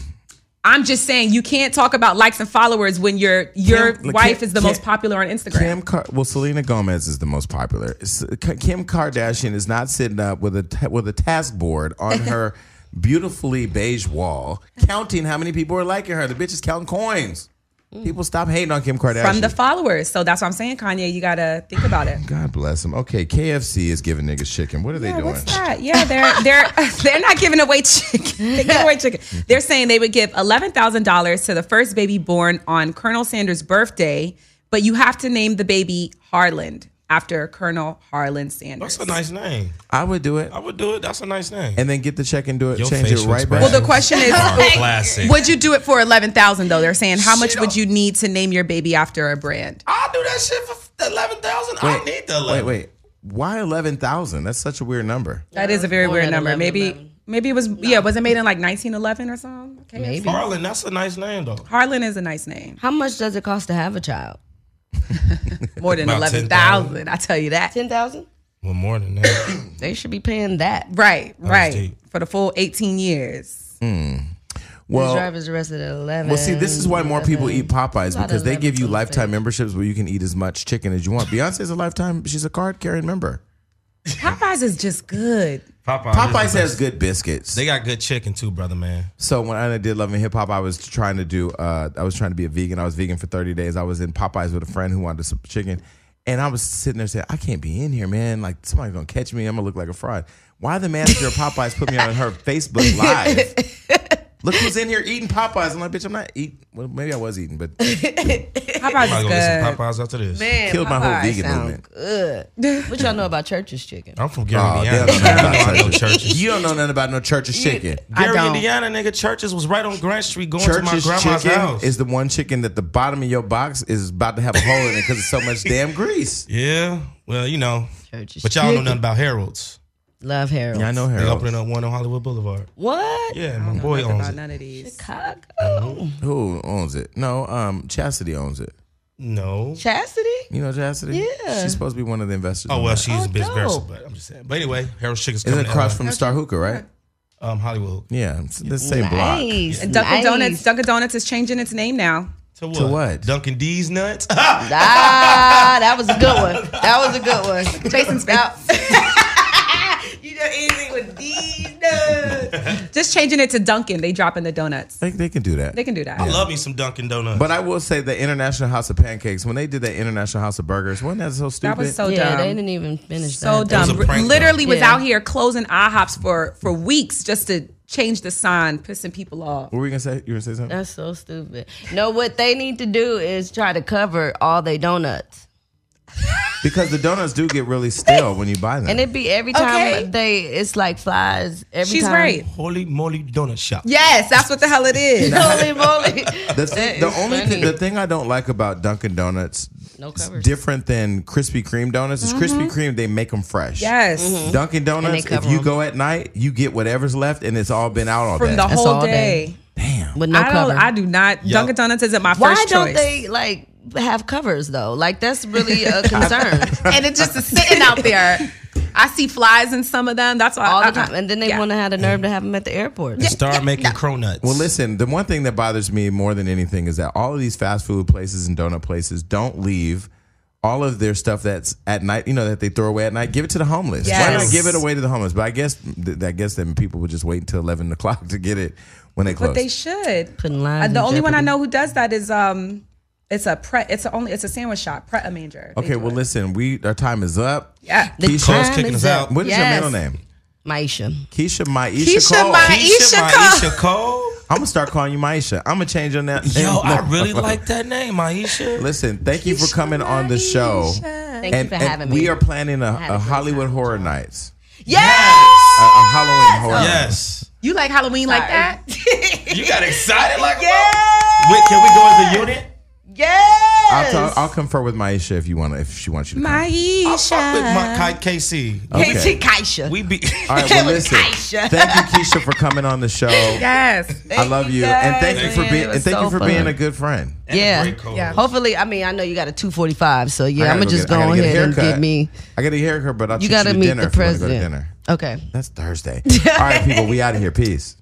I'm just saying you can't talk about likes and followers when your your
Kim-
wife
Kim-
is the most
Kim-
popular on Instagram.
Kim, Car- well, Selena Gomez is the most popular. S- K- Kim Kardashian is not sitting up with a ta- with a task board on her beautifully beige wall, counting how many people are liking her. The bitch is counting coins. People stop hating on Kim Kardashian.
Mm. from the followers. So that's what I'm saying, Kanye. You gotta think about it.
God bless them. Okay, KFC is giving niggas chicken. What are they
Yeah,
doing?
what's that? Yeah, they're they're they're not giving away chicken. They give away chicken. They're saying they would give eleven thousand dollars to the first baby born on Colonel Sanders' birthday, but you have to name the baby Harland after Colonel Harlan Sanders.
That's a nice name.
I would do it,
I would do it. That's a nice name.
and then get the check and do it.
Your
change it
facial
right back.
well, the question is,
Are classic.
would you do it for eleven thousand? Though they're saying, how much would you need to name your baby after a brand?
I'll do that shit for eleven thousand. I need the
wait,
eleven.
wait. Why eleven thousand? That's such a weird number.
That is a very
Born
weird
at
number.
11,
Maybe,
11.
maybe it was. Yeah, was it made in like 1911 or something? Okay.
Maybe.
Harlan, that's a nice name though.
Harlan is a nice name.
How much does it cost to have a child?
More than
About
eleven thousand, I tell you that.
Ten thousand.
Well, more than that.
They should be paying that.
Right, right.
deep.
For the full eighteen years.
Well,
Well,
driver's arrested at eleven.
well, see, this is why more people eat Popeyes
Lot
because
of
they give you
lemon
lifetime memberships where you can eat as much chicken as you want. Beyonce's a lifetime; she's a card-carrying member.
Popeyes is just good.
Popeye.
Popeyes has good biscuits.
They got good chicken too, brother man.
So when I did Love and Hip Hop, I was trying to do. Uh, I was trying to be a vegan. I was vegan for thirty days. I was in Popeyes with a friend who wanted some chicken, and I was sitting there saying, "I can't be in here, man. Like somebody's gonna catch me. I'm gonna look like a fraud." Why the manager of Popeyes put me on her Facebook Live? Look who's in here eating Popeyes. I'm like, bitch, I'm not eating. Well, maybe I was eating, but
Popeyes
I
is
go get some
good.
Popeyes after this.
Man,
killed my whole
Popeyes
vegan
sound
movement.
Good. What y'all know about church's chicken?
I'm from Gary,
Oh,
Indiana.
they don't know about
I know
churches.
churches.
you don't know nothing about no church's chicken.
I
Gary,
don't.
Indiana, nigga, churches was right on Grant Street going to my
Church's
grandma's
chicken
house.
is the one chicken that the bottom of your box is about to have a hole in it because it's so much damn grease.
yeah, well, you know,
Church's
but y'all know
chicken.
nothing about Harold's.
Love Harold.
Yeah, I know
They
Harold.
opening up one on Hollywood Boulevard.
What?
Yeah, my boy owns
About
it.
none of these.
Chicago.
Who owns it? No, um, Chastity owns it.
No.
Chastity.
You know Chastity?
Yeah.
She's supposed to be one of the investors.
Oh
in
well,
that.
she's a
Oh,
bitch versa,
dope.
but I'm just saying. But anyway, Harold's chicken's
It's
coming to
across
LA.
from Star Hookah, right?
um Hollywood.
Yeah, it's the same block.
Nice.
And Dunkin'
nice.
Donuts. Dunkin' Donuts is changing its name now.
To what?
what?
Dunkin' D's nuts.
Ah, that was a good one. That was a good one.
Jason's face.
you know anything with these nuts?
just changing it to Dunkin'. They dropping the donuts.
They, they can do that.
They can do that.
I love me some Dunkin' Donuts.
but I will say the International House of Pancakes, when they did that International House of Burgers, wasn't that so stupid?
That was so
Yeah,
dumb.
they didn't even finish
so
that.
was
dumb.
a prank,
Literally was
Yeah.
out here closing IHOPs for for weeks just to change the sign, pissing people off.
what were you gonna say? You were gonna say something?
That's so stupid. No, what they need to do is try to cover all they donuts.
Because the donuts do get really stale when you buy them.
And it be every time
Okay.
they, it's like flies every
She's
time.
right.
Holy moly donut shop.
Yes, that's what the hell it is.
Holy moly.
the,
That
the
is
only
funny.
thing, the thing I don't like about Dunkin' Donuts,
No
it's
covers. Mm-hmm.
different than Krispy Kreme donuts. Is Krispy Kreme they make them fresh.
Yes.
Dunkin' Donuts. If
cover
you
'em.
go at night, you get whatever's left, and it's all been out all
From
day.
the
That's
whole
all day.
day.
Damn.
With no
I don't
cover.
I do not Dunkin' Donuts isn't my
Why
first
don't
choice.
they like have covers though? Like that's really a concern.
and it just is sitting out there. I see flies in some of them. That's why
all
I,
the time. And then they
yeah.
want to have the nerve to have them at the airport.
Start making cronuts.
Well, listen, the one thing that bothers me more than anything is that all of these fast food places and donut places don't leave all of their stuff that's at night, you know, that they throw away at night. Give it to the homeless. Why
Yes.
not give it away to the homeless? But I guess, th- I guess then people would just wait until 11 o'clock to get it when they close.
But they should.
Putting lives
Uh, the
in
only one I
jeopardy.
know who does that is um, it's a pre. It's a only. It's a sandwich shop. Pret a manger. They
okay,
do
well,
it.
listen, we our time is up.
Yeah.
The
Keisha's
time
kicking
is
us
up.
out.
What is
Yes.
your middle name?
Maisha.
Keisha Maisha
Keisha
Cole.
Mai-
Keisha,
Aisha
Maisha Cole.
I'm gonna start calling you Maisha. I'm gonna change your na- name.
Yo, I really like that name, Aisha.
Listen, thank you for coming on the show.
Thank you for having me.
We are planning a,
had a
a
great
Hollywood Horror Nights.
Yes.
a, a Halloween horror.
Yes.
You like Halloween like that?
You got excited like yeah. Wait, can we go as a unit?
Yes.
I'll, talk, I'll confer with Maisha if you want to, if she wants you to. Come.
I fuck with
Maisha.
my Kai KC.
Okay.
Katie Kaisha.
We be
Oh. All right, well,
With
listen.
Keisha.
Thank you, Keisha, for coming on the show.
Yes.
I love you,
you
and thank
guys,
you for
man. It
being and
was
thank you
so
for being
fun.
a good friend.
yeah.
Great code.
Yeah.
Hopefully, I mean, I know you got a 245, so
I
yeah,
gotta
I'm going to just
get- I
go
gotta get a
ahead and
haircut.
get me.
I got to hear her, but I'll
You
got
gotta
to
meet
dinner
the
if you wanna go to
president.
dinner.
Okay.
That's Thursday. All right, people, we out of here. Peace.